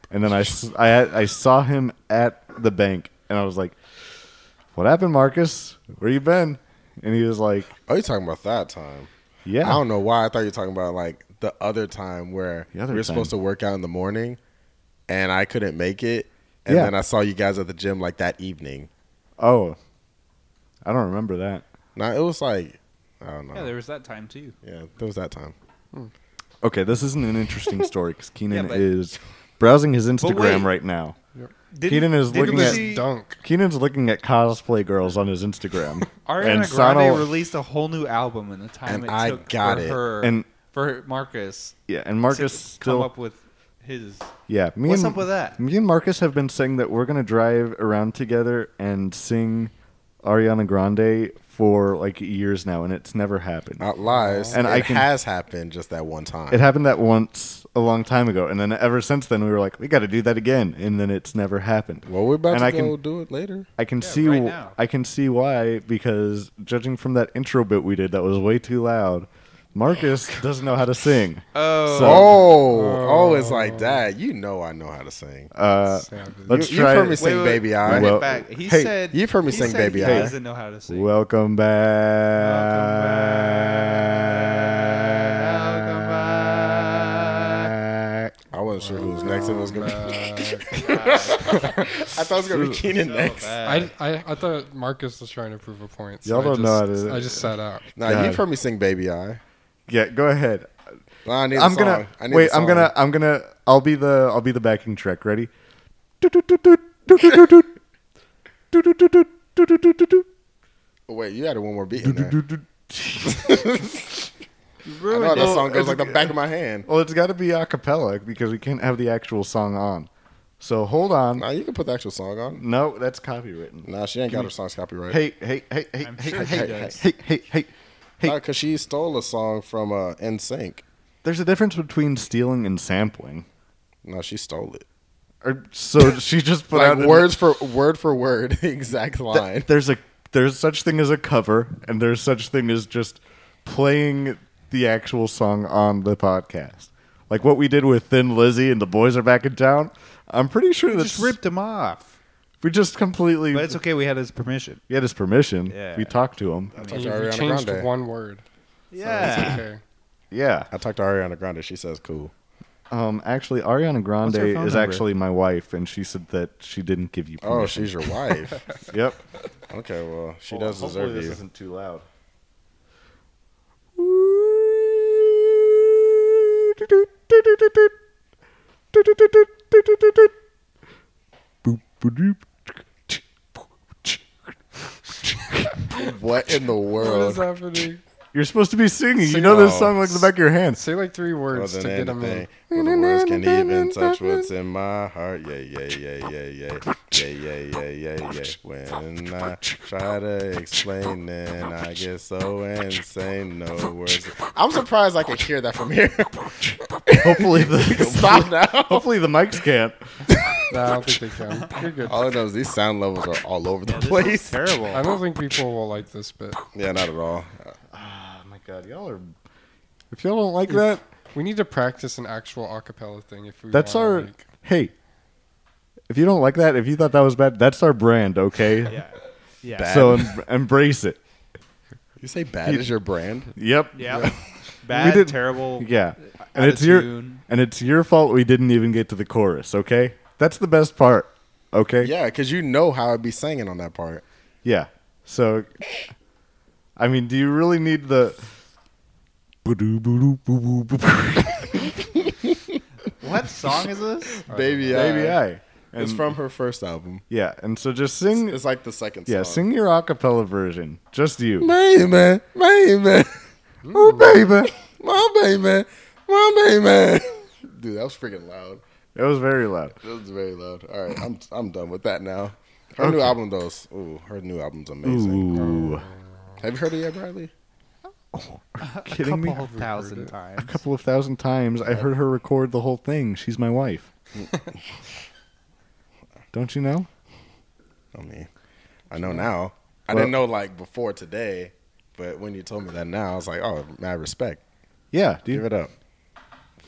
S2: And then I, s- I, had- I saw him at the bank, and I was like, "What happened, Marcus? Where you been?" and he was like,
S4: Oh, you talking about that time?
S2: "Yeah,
S4: I don't know why. I thought you were talking about like the other time where
S2: The other
S4: we
S2: time.
S4: were supposed to work out in the morning, and I couldn't make it. And
S2: Yeah.
S4: then I saw you guys at the gym like that evening.
S2: oh, I don't remember that."
S4: Now it was like I don't know.
S6: Yeah, there was that time too.
S4: Yeah, there was that time.
S2: Okay, this isn't an interesting story
S6: *laughs*
S2: because Keenan
S6: Yeah, but-
S2: is browsing his
S6: wait.
S2: Instagram right now.
S6: Didn't,
S2: Keenan is
S6: didn't
S2: looking
S6: we
S2: at-
S6: see-
S3: Dunk.
S2: Keenan's looking at cosplay girls on his Instagram,
S6: *laughs* Ariana
S2: Sano-
S6: Grande released a whole new album in the time
S4: And
S6: it
S4: I
S6: took
S4: got
S6: for
S4: it.
S6: her
S2: and
S6: for Marcus.
S2: yeah,
S6: to
S2: and Marcus
S6: come
S2: still
S6: up with his.
S2: Yeah, me
S6: What's
S2: and,
S6: up with that?
S2: Me and Marcus have been saying that we're gonna drive around together and sing Ariana Grande for like years now, and it's never happened.
S4: Not lies.
S2: And
S4: it
S2: I can-
S4: has happened just that one time.
S2: it happened that once a long time ago, and then ever since then we were like, we got to do that again, and then it's never happened.
S4: well, we're about
S2: and
S4: to
S2: I
S4: go
S2: can-
S4: do it later.
S2: I can see
S6: right
S2: wh-
S6: now.
S2: I can see why because judging from that intro bit we did that was way too loud, Marcus
S4: *laughs*
S2: doesn't know how to sing.
S6: Oh,
S2: So-
S4: oh, oh, it's like that. You know, I know how to sing.
S2: Uh,
S3: Savage.
S2: let's
S4: you,
S2: try.
S4: You've heard me sing, "Baby." I.
S6: Run
S2: Well,
S6: it back. He
S2: hey,
S6: said
S4: you've heard me
S6: he
S4: sing
S6: said
S4: Baby
S6: He
S4: Eye.
S6: doesn't know how to sing. Welcome
S2: Welcome back.
S6: back.
S4: I wasn't sure who was next. If it was gonna be.
S3: Uh,
S4: *laughs* I thought it was gonna be Keenan next.
S3: I, I I thought Marcus was trying to prove a point.
S2: Y'all
S3: I
S2: don't
S3: just,
S2: know how to-
S3: I just sat out.
S4: Nah,
S2: God.
S4: you've heard me sing "Baby." I.
S2: Yeah, go ahead.
S4: Nah, I need the
S2: I'm gonna
S4: song. I need
S2: wait.
S4: the
S2: I'm
S4: song.
S2: gonna. I'm gonna. I'll be the. I'll be the backing track.
S4: *laughs*
S2: Ready? Ruined
S4: Wait, you added one more beat in there. *laughs* I know how that song goes like the back of my hand.
S2: Well, it's got to be a cappella because we can't have the actual song on. So hold on.
S4: Nah, you can put the actual song on.
S2: No, that's copywritten.
S4: Nah, she ain't got her songs copyright.
S2: Hey, hey, hey, hey,
S6: I'm
S2: hey,
S6: sure she
S2: hey, hey,
S6: does.
S2: hey, hey, hey. hey.
S4: because she stole a song from uh, NSYNC.
S2: There's a difference between stealing and sampling.
S4: No, she stole it.
S2: Or,
S4: *laughs*
S2: so she just put out
S4: like
S2: an-
S4: words for word for word, *laughs* the exact
S2: th-
S4: line.
S2: there's a there's such thing as a cover, and there's such thing as just playing the actual song on the podcast. Like what we did with Thin Lizzy and the boys are back in town. I'm pretty sure
S6: We
S2: that's
S6: just ripped him off.
S2: We just completely.
S6: But it's okay. We had his permission.
S2: He had his permission.
S6: Yeah.
S2: We talked to him.
S4: I talked
S3: You,
S4: to
S3: you
S4: Ariana
S3: changed
S4: Grande.
S3: one word. Oh, It's *laughs*
S6: Yeah.
S3: okay.
S2: Yeah.
S4: I talked to Ariana Grande. She says cool.
S2: Um. Actually, Ariana Grande
S6: her
S2: is
S6: phone number?
S2: actually my wife, and she said that she didn't give you
S4: Oh,
S2: permission.
S4: she's your wife.
S2: Yep.
S4: *laughs* Okay, well, she
S2: Hold on,
S4: does deserve
S2: hopefully This
S4: you.
S2: isn't too loud.
S4: *laughs* What in the
S3: What is
S4: world?
S3: happening?
S2: You're supposed to be singing. You
S3: Sing
S2: know this
S4: along.
S2: song like the back of your hand.
S3: Say like three
S4: More
S3: words
S4: than
S3: to get them in.
S4: anything, well, the words can even touch what's in my heart. Yeah, yeah, yeah, yeah, yeah, yeah, yeah, yeah, yeah, yeah. When I try to explain it, I get so insane. No words. I'm surprised I could hear that from here. *laughs*
S2: *laughs* Hopefully the
S4: Stop now.
S2: hopefully the mics can't.
S3: No, I don't think they can. You're good.
S4: All I know is these sound levels are all over the
S6: This is
S4: place.
S3: I
S6: terrible.
S3: don't think people will like this bit.
S4: Yeah, not at all.
S2: Oh my god, y'all are. If y'all don't like that,
S3: We need to practice an actual acapella thing if we.
S2: that's
S3: wanna
S2: our.
S3: make-
S2: Hey, if you don't like that, if you thought that was bad, that's our brand,
S4: *laughs*
S2: okay?
S6: Yeah. Yeah.
S4: Bad.
S2: So em- embrace it.
S4: You say bad is your brand?
S2: Yep.
S6: Yeah. Bad.
S2: didn't-
S6: terrible.
S2: Yeah.
S6: Out
S2: And
S6: of
S2: it's your
S6: tune.
S2: and it's your fault we didn't even get to the chorus, okay? That's the best part. Okay?
S4: Yeah, because you know how I'd be singing on that part.
S2: Yeah. So I mean, do you really need
S4: *laughs*
S2: the
S6: What song is this?
S4: Baby, I.
S2: baby I? And,
S4: It's from her first album.
S2: Yeah, and so just sing
S4: It's like the second song.
S2: yeah, sing your acapella version. Just you.
S4: Baby, baby,
S2: Oh baby.
S4: my baby, my baby. Dude, that was freaking loud.
S2: It was very loud.
S4: That was very loud. All right, I'm I'm done with that now. Her new album though, is, ooh, her new album's amazing.
S2: Ooh.
S4: Have you heard it yet, Bradley?
S2: Kidding me?
S6: couple thousand times.
S2: couple of thousand times. I heard her record the whole thing. She's my wife. Don't you know?
S4: I mean, I know now. I didn't know like before today, but when you told me that now, I was like, oh, mad respect.
S2: Yeah,
S4: Give
S2: dude.
S4: it up.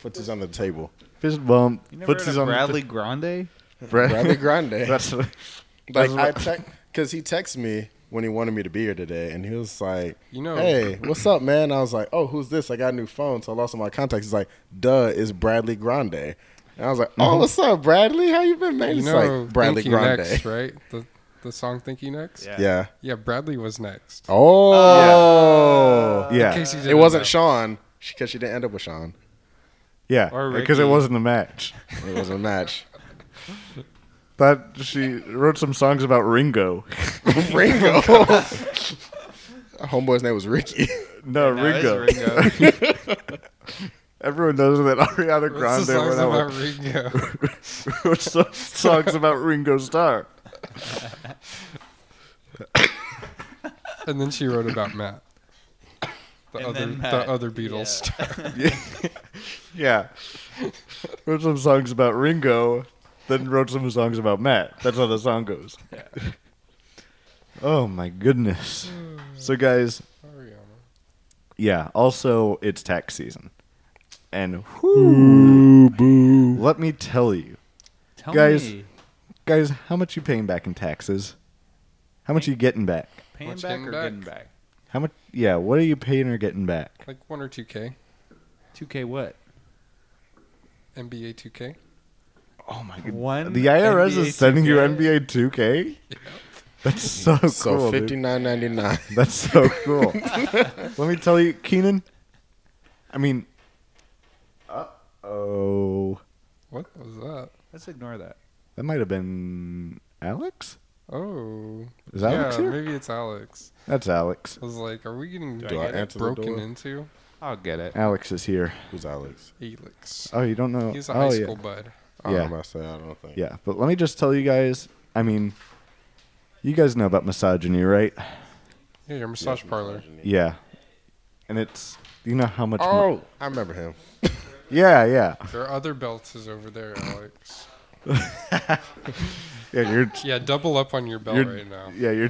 S4: Footsies on the table.
S2: Fist bump.
S6: You never heard
S2: footsies
S6: of
S2: on the- *laughs*
S6: Bradley Grande?
S2: Brad-
S4: Bradley Grande.
S2: That's
S4: Like I text because he texts me when he wanted me to be here today, and he was like,
S3: You know-
S4: hey, what's up, man?" I was like, "Oh, who's this? I got a new phone, so I lost all my contacts." He's like, "Duh, it's Bradley Grande." And I was like, "Oh, what's up, Bradley? How you been, man?"
S3: You
S4: He's
S3: know,
S4: like, "Bradley
S3: Think You
S4: Grande."
S3: Next, right? The the song "Think You Next."
S6: Yeah.
S4: Yeah.
S3: Yeah, Bradley was next.
S4: Oh.
S2: Yeah.
S3: Casey didn't
S4: It wasn't
S3: know.
S4: Sean because she didn't end up with Sean.
S2: Yeah,
S3: Or
S2: because it
S3: Ricky.
S2: wasn't a match.
S4: It was
S3: *laughs*
S4: a match.
S2: Thought she wrote some songs about Ringo.
S3: *laughs*
S4: Ringo. Homeboy's name was Ricky.
S2: No, Ringo. *laughs* Everyone knows that Ariana
S3: What's
S2: Grande
S3: the songs
S2: went out
S3: about
S2: with-
S3: Ringo?
S2: *laughs* wrote some songs about Ringo Starr.
S3: and then she wrote about
S6: *coughs*
S3: Matt. The
S6: And
S3: other
S6: then Matt,
S3: the other Beatles
S6: yeah. *laughs*
S3: star.
S2: *laughs* Yeah, wrote some songs about Ringo, then wrote some songs about Matt. That's how the song goes. Oh my goodness. So guys,
S3: Ariana.
S2: Yeah. Also, it's tax season, and boo. Let me tell you,
S6: Tell
S2: Guys,
S6: me,
S2: guys, how much you paying back in taxes? How much you getting back?
S6: paying
S3: what's
S6: back
S3: getting
S6: or
S3: back?
S6: getting back?
S2: How much? Yeah. What are you paying or getting back?
S3: *laughs* Like one or two K.
S6: 2K what?
S3: NBA two K.
S2: Oh my
S6: One.
S2: The IRS
S6: NBA
S2: is sending you
S6: 2K?
S2: NBA 2K. That's so cool.
S4: so
S2: dude.
S4: fifty nine ninety nine.
S2: That's so
S3: *laughs*
S2: cool. Let me tell you, Keenan. I mean, uh oh,
S3: What was that?
S6: Let's ignore that.
S2: that might have been Alex.
S3: Oh.
S2: Is Alex
S3: yeah,
S2: here?
S3: maybe it's Alex.
S2: That's Alex.
S3: I was like, are we getting
S4: Do I
S3: like,
S4: answer the
S3: broken
S4: door?
S3: into?
S6: I'll get it.
S2: Alex is here.
S4: Who's Alex?
S3: Helix.
S2: Oh, you don't know?
S3: He's a
S2: oh,
S3: high
S2: yeah.
S3: school bud.
S4: I don't
S2: Yeah.
S4: know about that. I don't think.
S2: Yeah, but let me just tell you guys. I mean, you guys know about misogyny, right?
S3: Yeah, your massage parlor.
S2: Yeah, and it's you know how much. mo-
S4: Oh, I remember him.
S2: yeah, yeah,
S3: Their other belt is over there, Alex.
S2: yeah. You're,
S3: Yeah, double up on your belt
S2: You're-
S3: right now. *laughs*
S2: yeah, you're.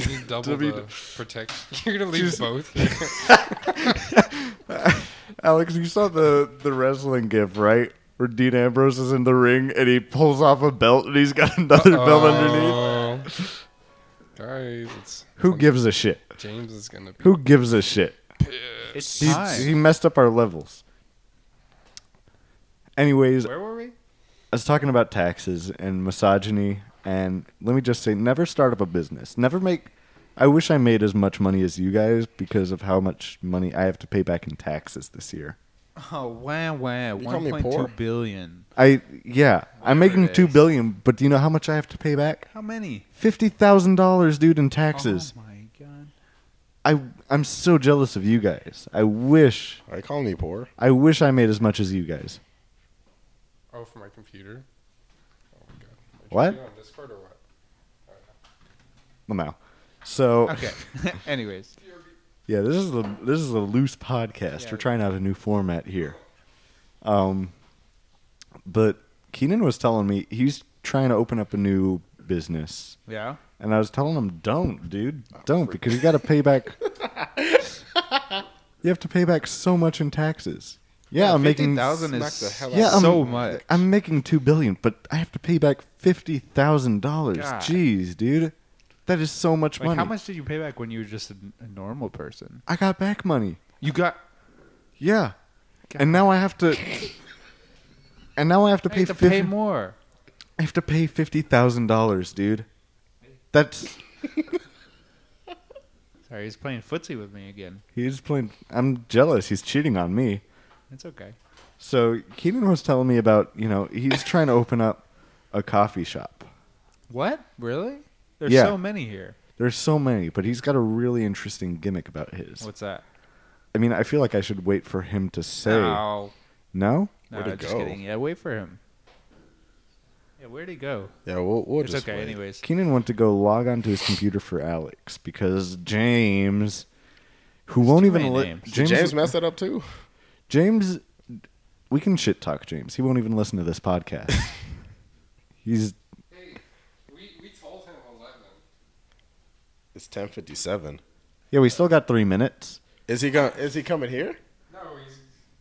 S3: You need double
S2: W-
S3: the protection. *laughs* You're gonna leave
S2: *laughs*
S3: both.
S2: Alex, you saw the the wrestling gif, right? Where Dean Ambrose is in the ring and he pulls off a belt and he's got *laughs* another belt underneath.
S3: underneath. Guys, it's
S2: Who gives a shit?
S3: James is gonna be
S2: Who gives a shit?
S6: It's
S2: He,
S6: time.
S2: he messed up our levels. Anyways,
S6: Where were we? *laughs*
S2: I was talking about taxes and misogyny, and let me just say, never start up a business. Never make. I wish I made as much money as you guys because of how much money I have to pay back in taxes this year.
S6: Oh wow, wow,
S4: You call me
S6: one point two
S4: poor?
S6: billion.
S2: I yeah,
S6: Whatever
S2: I'm making
S6: it
S2: two
S6: is.
S2: billion, but do you know how much I have to pay back?
S6: How many?
S2: Fifty thousand dollars, dude, in taxes.
S6: Oh my god.
S2: I
S6: Uh-huh.
S2: I'm so jealous of you guys. I wish
S4: Are you calling me poor?
S2: I wish I made as much as you guys.
S3: Oh, for my computer. Oh my god. Should
S2: What?
S3: be on Discord or what?
S2: Lamau. So
S6: Okay. *laughs* Anyways,
S2: Yeah, this is the this is a loose podcast.
S6: Yeah.
S2: We're trying out a new format here. Um, but Keenan was telling me he's trying to open up a new business,
S6: yeah.
S2: and I was telling him, "Don't, dude,
S6: Oh,
S2: don't," because you got to
S6: *laughs*
S2: pay back. you have to pay back so much in taxes. Yeah, I'm making
S6: thousand
S4: smack
S6: is
S4: the hell out
S2: Yeah,
S6: yeah,
S2: of I'm-
S6: so much.
S2: I'm making two billion, but I have to pay back fifty thousand dollars.
S6: God.
S2: Jeez, dude, that is so much
S6: like,
S2: money.
S6: how much did you pay back when you were just a, a normal person?
S2: I got back money.
S6: You got
S2: Yeah. And now I have
S6: *laughs*
S2: to. And now I have to
S6: I
S2: pay.
S6: have to
S2: 50,
S6: pay more.
S2: I have to pay fifty thousand dollars, dude. That's
S6: Sorry, he's playing footsie with me again.
S2: he's playing. I'm jealous. He's cheating on me.
S6: It's okay.
S2: So Keenan was telling me about you know he's trying to open up a coffee shop.
S6: What? Really? There's
S2: Yeah.
S6: so many here.
S2: There's so many, but he's got a really interesting gimmick about his.
S6: What's that?
S2: I mean, I feel like I should wait for him to say.
S6: No.
S2: No?
S6: No,
S4: Where'd it
S6: just
S4: go?
S6: kidding. Yeah, wait for him. Yeah, where'd he go?
S4: Yeah, we'll, we'll
S6: it's
S4: just
S6: okay,
S4: wait.
S6: anyways.
S2: Keenan went to go log onto his computer for Alex because James, who won't
S6: too
S2: even
S6: many
S2: let
S6: names.
S4: Did James messed that
S2: *laughs*
S4: up too.
S2: James, we can shit talk James. He won't even listen to this podcast. He's
S3: Hey, we, we told him eleven.
S4: It's ten fifty seven.
S2: yeah. We still got three minutes.
S4: Is he going? Is he coming here?
S3: No, he's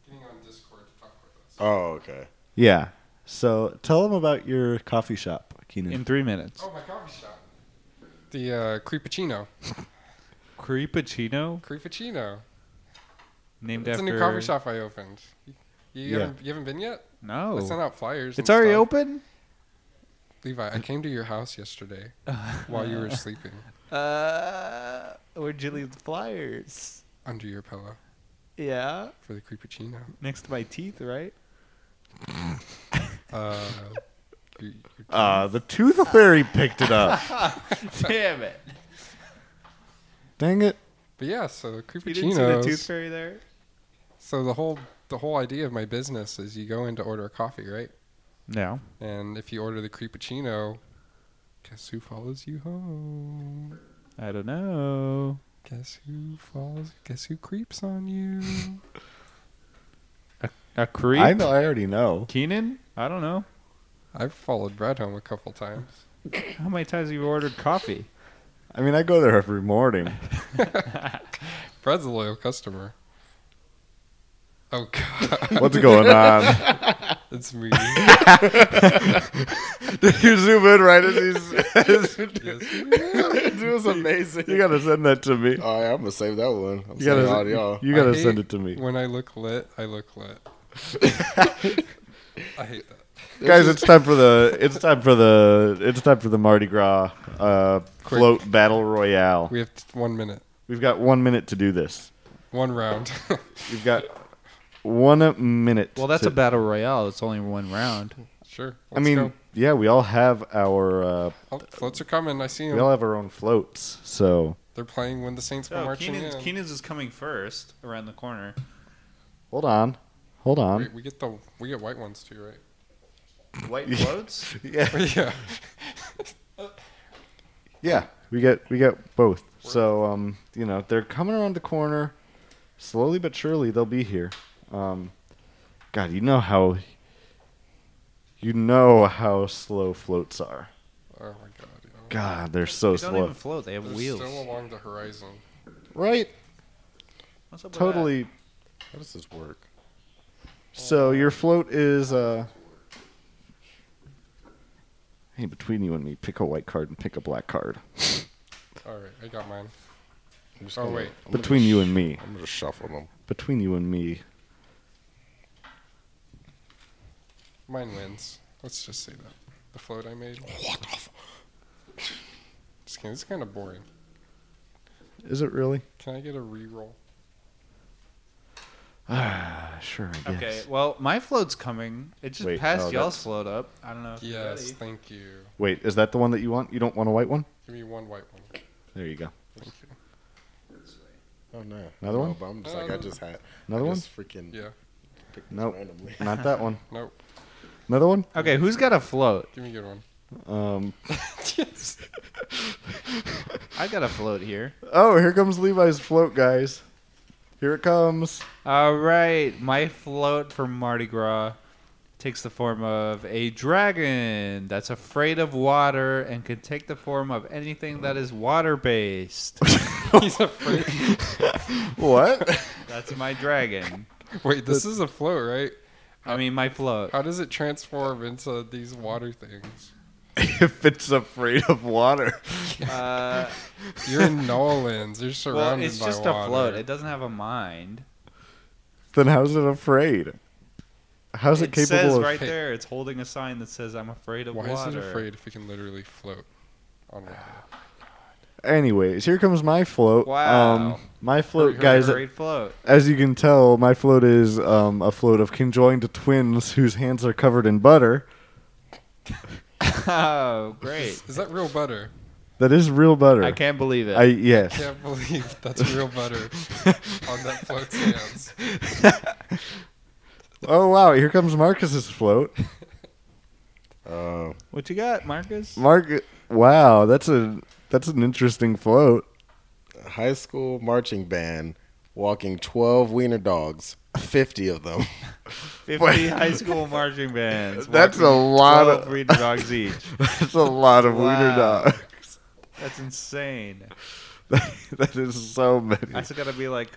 S3: getting on Discord to talk with us.
S4: Oh, okay.
S2: Yeah. So tell him about your coffee shop, Keenan.
S6: In three minutes.
S3: Oh, my coffee shop. The uh, Creepuccino.
S1: Creepuccino,
S3: Creepuccino.
S1: named
S3: It's a
S1: after
S3: new coffee shop I opened. You,
S2: Yeah.
S3: haven't, you haven't been yet?
S1: No,
S3: They sent out flyers.
S1: Oh. it's
S3: and
S1: already
S3: stuff.
S1: open.
S3: Levi, I came to your house yesterday while you were sleeping
S1: *laughs* Uh, where'd you leave the flyers?
S3: under your pillow
S1: Yeah,
S3: for the Creepuccino.
S1: next to my teeth,
S6: *laughs*
S1: right?
S3: Uh, you- you-
S2: Ah, the tooth fairy picked it up.
S1: Damn it!
S2: Dang it.
S3: but yeah, so
S1: *laughs* You didn't see the tooth
S3: Creepuccino.
S1: fairy there.
S3: So the whole the whole idea of my business is you go in to order a coffee, right?
S1: No.
S3: And if you order the Creepuccino, guess who follows you home?
S1: I don't know.
S3: Guess who follows? Guess who creeps on you?
S2: *laughs*
S1: A creep?
S2: I know. I already know.
S1: Keenan? I don't know.
S3: I've followed Brad home a couple times.
S1: How many times have you
S6: *laughs*
S1: ordered coffee?
S2: I mean, I go there every morning.
S3: Brad's a loyal customer. Oh *laughs* god,
S2: What's going on?
S3: it's me.
S2: Did you zoom in right as *laughs* he's.
S4: *laughs*
S2: as-
S3: Yes.
S4: it was amazing.
S2: you gotta send that to me.
S4: All right, I'm gonna save that one. I'm
S2: You
S4: saving
S2: gotta,
S4: all y'all.
S2: you gotta
S3: I
S2: send
S3: hate
S2: it to me.
S3: When I look lit, I look
S2: *laughs*
S3: lit. I hate that.
S2: Guys, it's time for the it's time for the it's time for the Mardi Gras uh, float battle royale.
S3: We have t- one minute,
S2: We've got one minute to do this.
S3: one round. *laughs*
S2: We've got one minute.
S6: Well, that's
S2: to-
S6: a battle royale. It's only one round.
S3: sure.
S2: I
S3: Let's
S2: mean,
S3: go.
S2: yeah, we all have our uh,
S3: oh, floats are coming. I see
S2: we
S3: them.
S2: all have our own floats. So
S3: They're playing when the Saints go
S6: Oh,
S3: marching
S6: Keenan's,
S3: in.
S6: Keenan's is coming first around the corner.
S2: hold on, hold
S3: we,
S2: on.
S3: we get the we get white ones too, right?
S2: *laughs*
S6: White floats?
S2: Yeah,
S3: yeah.
S2: yeah, we get we get both. So um, you know, they're coming around the corner, slowly but surely they'll be here. Um, God, you know how you know how slow floats are.
S3: Oh my god. yeah.
S2: God, they're so
S6: they don't
S2: slow.
S6: even float. They have
S3: They're
S6: wheels.
S3: still along the horizon.
S2: Right?
S6: What's up with that?
S2: Totally.
S4: How does this work?
S2: So your float is uh Hey, between you and me, pick a white card and pick a black card.
S3: All right, I got mine.
S4: I'm just
S3: Oh,
S4: gonna-
S3: wait.
S4: I'm gonna
S2: Between
S4: sh-
S2: you and me.
S4: I'm gonna shuffle them.
S2: Between you and me.
S3: Mine wins. Let's just say that the float I made.
S4: What the f-
S3: Just kidding. It's kind of boring.
S2: Is it really?
S3: Can I get a re-roll?
S2: Ah, sure, I guess.
S6: Okay, well, my float's coming. It just
S2: Wait,
S6: passed
S2: oh,
S6: y'all's float up. I don't know. If you're
S3: Yes,
S6: ready.
S3: thank you.
S2: Wait, is that the one that you want? You don't want a white one?
S3: Give me one white one.
S2: There you go.
S3: Thank you.
S4: Oh no.
S2: Another one?
S4: No, but I'm just like I
S3: Another-
S4: just had.
S2: Another
S4: I
S2: one?
S4: Just freaking
S3: Yeah.
S4: picked
S2: Nope.
S4: randomly.
S2: Not that *laughs* one.
S3: Nope.
S2: Another one?
S6: Okay, who's got a float?
S3: Give me a good one.
S6: *laughs*
S2: Um
S6: I got a float here.
S2: Oh, here comes Levi's float, guys. Here it comes.
S6: All right, my float from Mardi Gras takes the form of a dragon that's afraid of water and can take the form of anything that is water based.
S2: *laughs*
S6: *laughs*
S3: He's afraid.
S2: What?
S6: that's my dragon.
S3: Wait, this is a float, right?
S6: I mean, my
S3: *laughs*
S6: float.
S3: How does it transform into these water things?
S2: if it's afraid of water.
S6: Uh,
S3: You're in Nolans. You're surrounded
S6: well, it's
S3: by
S6: just
S3: water.
S6: a float. It doesn't have a mind.
S2: Then how's it afraid? How's it,
S6: it
S2: capable
S6: says
S2: of?
S6: right there, it's holding a sign that says, I'm afraid of
S3: Why
S6: water.
S3: is it afraid if it can literally float? On water?
S2: Anyways, here comes my float.
S6: Wow.
S2: Um, my float,
S6: Hurry,
S2: guys.
S6: hurry,
S2: *laughs*
S6: float.
S2: As you can tell, my float is um, a float of conjoined twins whose hands are covered in butter.
S6: Oh, great.
S3: Is that real butter?
S2: That is real butter.
S6: I can't believe it.
S2: I yes.
S3: Can't believe that's real butter
S2: *laughs*
S3: on that float's hands.
S2: Oh wow! Here comes Marcus's float.
S4: Uh,
S6: What you got, Marcus?
S2: Mark, wow, that's a that's an interesting float.
S4: high school marching band walking 12 wiener dogs, 50 of them.
S6: 50 *laughs* high school marching bands.
S2: *laughs* That's a
S6: walking
S2: lot
S6: 12
S2: of-
S6: breed
S2: *laughs*
S6: dogs each.
S2: That's a lot of wiener
S6: Wow.
S2: dogs.
S6: That's
S3: *laughs*
S6: insane.
S2: *laughs* that is so many.
S6: That's got to be like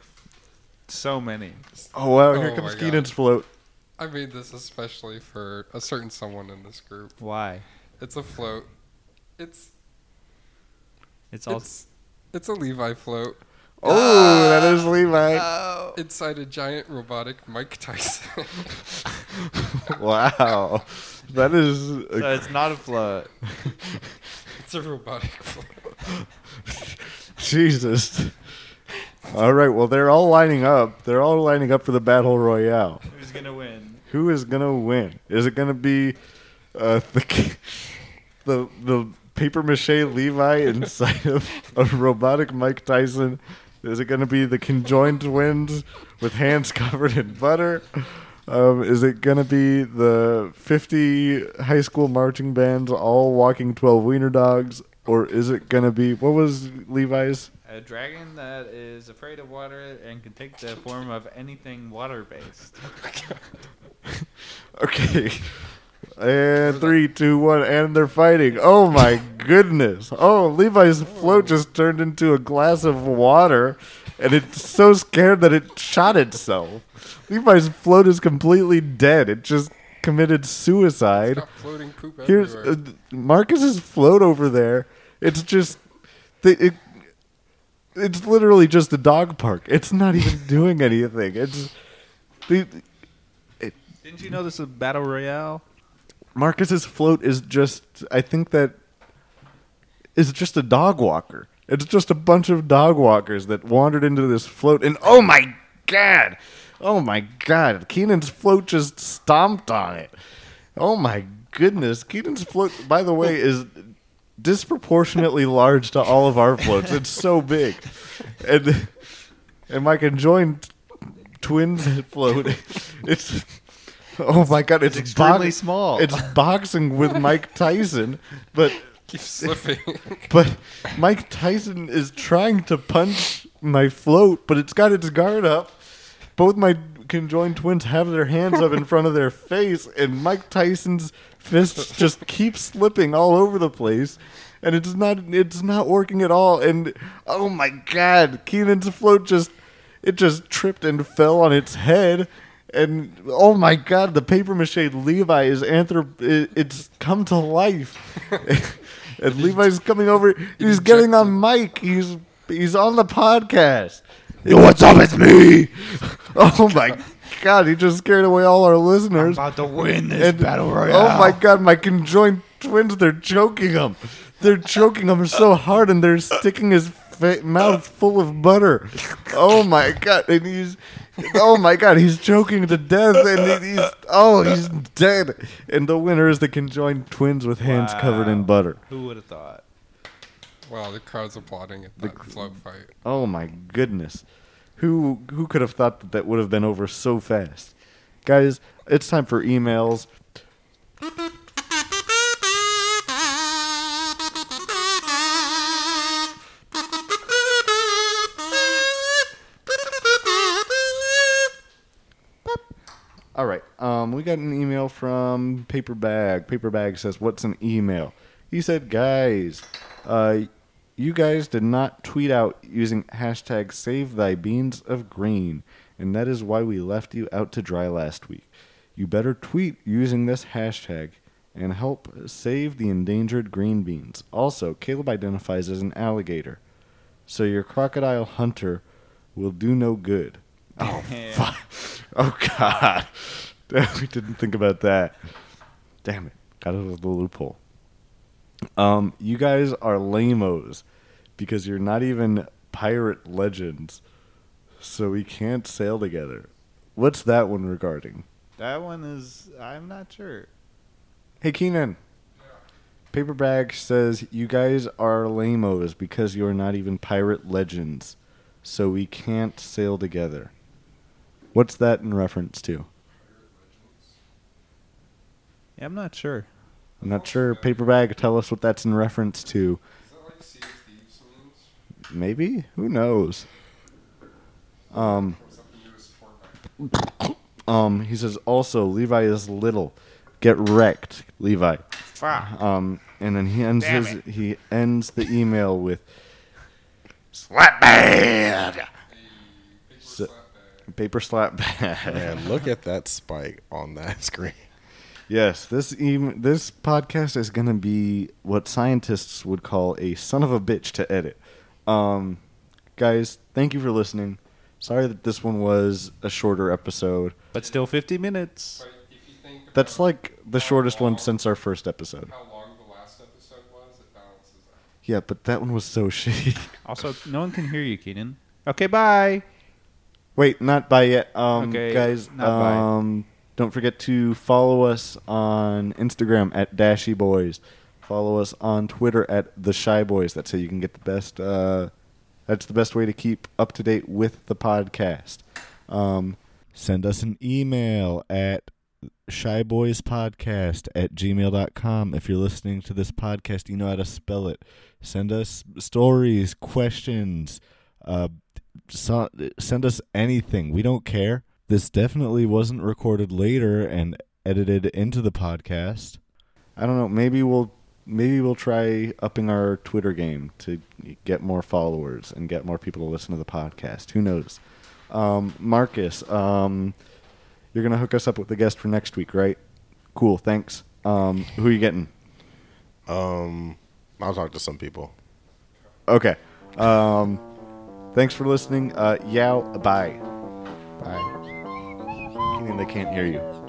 S6: so many.
S2: Oh wow! Here
S3: Oh,
S2: comes
S3: my God.
S2: Keenan's float.
S3: I made this especially for a certain someone in this group.
S6: Why?
S3: It's a float. It's
S6: It's all
S3: It's- It's a Levi float
S2: Oh, that is Levi.
S3: inside a giant robotic Mike Tyson.
S2: *laughs*
S3: *laughs*
S2: wow. That is.
S6: so
S2: A,
S6: it's not a
S2: *laughs*
S6: float.
S3: it's a robotic float.
S2: *laughs* Jesus. All right. Well, they're all lining up. They're all lining up for the battle royale.
S6: *laughs* Who's gonna win?
S2: Who is gonna win? Is it gonna be uh, *laughs* the the the paper mache Levi inside of a robotic Mike Tyson? Is it gonna be the conjoined twins with hands *laughs* covered in butter? Um, is it gonna be the fifty high school marching bands all walking twelve wiener dogs, or is it gonna be what was Levi's?
S6: A dragon that is afraid of water and can take the form of anything water-based.
S2: Okay. And three, two, one, and they're fighting. Oh my goodness. Oh, Levi's float just turned into a glass of water, and it's so scared that it shot itself. Levi's float is completely dead. It just committed suicide.
S3: Got floating poop
S2: Here's
S3: everywhere.
S2: uh, Marcus's float over there. It's just. They, it, it's literally just a dog park. It's not even doing anything. It's. They,
S6: Didn't you know this is battle royale?
S2: Marcus's float is just I think that is just a dog walker. It's just a bunch of dog walkers that wandered into this float and oh my god. Oh my god. Keenan's float just stomped on it. Oh my goodness. Keenan's float by the way is disproportionately large to all of our floats. It's so big. And and my conjoined twins float it's Oh my god, it's,
S6: extremely small.
S2: It's boxing with Mike Tyson, but
S3: Keeps slipping. *laughs*
S2: but Mike Tyson is trying to punch my float, but it's got its guard up. Both my conjoined twins have their hands up in front of their face, and Mike Tyson's fists just keep slipping all over the place, and it's not it's not working at all. And oh my god, Keenan's float just it just tripped and fell on its head. And oh my god, the paper mache Levi is anthrop. i- It's come to life. *laughs* and Levi's coming over. He's getting on mic. He's he's on the podcast. Yo, what's up? It's me. *laughs* Oh my god, he just scared away all our listeners.
S6: About to win this
S2: And- Oh my god, my conjoined twins, they're choking him. They're choking him so hard and they're sticking his fa- mouth full of butter. Oh my god, and he's Oh my god, he's choking to death and he- he's oh, he's dead. And the winner is the conjoined twins with hands covered in
S6: Wow.
S2: butter.
S6: Who would have thought?
S3: wow, the crowd's applauding at that float fight.
S2: Oh my goodness. Who who could have thought that that would have been over so fast? Guys, it's time for emails. All right. Um, we got an email from Paperbag. Paperbag says, "What's an email?" He said, "Guys, uh, you guys did not tweet out using hashtag Save Thy Beans of Green, and that is why we left you out to dry last week. You better tweet using this hashtag." And help save the endangered green beans. Also, Caleb identifies as an alligator. So your crocodile hunter will do no good. *laughs*
S6: Yeah.
S2: Oh God, *laughs* we didn't think about that. Damn it, got out of the loophole. Um, you guys are lamos because you're not even pirate legends, so we can't sail together. What's that one regarding?
S6: That one is. I'm not sure.
S2: Hey Keenan, paperback says you guys are lamos because you're not even pirate legends, so we can't sail together. What's that in reference to?
S6: Yeah, I'm not sure.
S2: I'm not sure. Paperbag, tell us what that's in reference to.
S3: Is that like Sea of Thieves memes?
S2: Maybe? Who knows? Um,
S3: Or something new as format?
S2: um, he says also, Levi is little. Get wrecked, Levi.
S5: Fuck.
S2: Um, and then he ends
S5: Damn
S2: his, he ends the email with
S5: Slap bad.
S3: Big
S2: So-
S3: slap bag.
S2: paper slap bag.
S4: Man, look at that spike on that *laughs* screen.
S2: *laughs* Yes, this even this podcast is going to be what scientists would call a son of a bitch to edit. Um, guys, thank you for listening. Sorry that this one was a shorter episode.
S6: But still 50 minutes.
S3: But if you think
S2: That's
S3: about
S2: like the shortest one since our first episode.
S3: how long the last episode was, it balances out.
S2: Yeah, but that one was so *laughs* shitty.
S6: Also, no one can hear you, Keenan. Okay, bye.
S2: Wait, not by yet. Um,
S6: Okay,
S2: guys,
S6: not by.
S2: um, don't forget to follow us on Instagram at Dashy Boys. Follow us on Twitter at the Shy Boys. That's how you can get the best. Uh, that's the best way to keep up to date with the podcast. Um, send us an email at shyboyspodcast at gmail.com. If you're listening to this podcast, you know how to spell it. Send us stories, questions, uh, so, send us anything. We don't care. This definitely wasn't recorded later and edited into the podcast. I don't know. Maybe we'll maybe we'll try upping our Twitter game to get more followers and get more people to listen to the podcast. Who knows? Um, Marcus, um, you're gonna hook us up with the guest for next week, right? Cool. Thanks. Um, who are you getting?
S4: Um, I'll talk to some people.
S2: Okay. Um, thanks for listening. Uh, yow. Bye.
S3: Bye.
S2: Keenan, they can't hear you.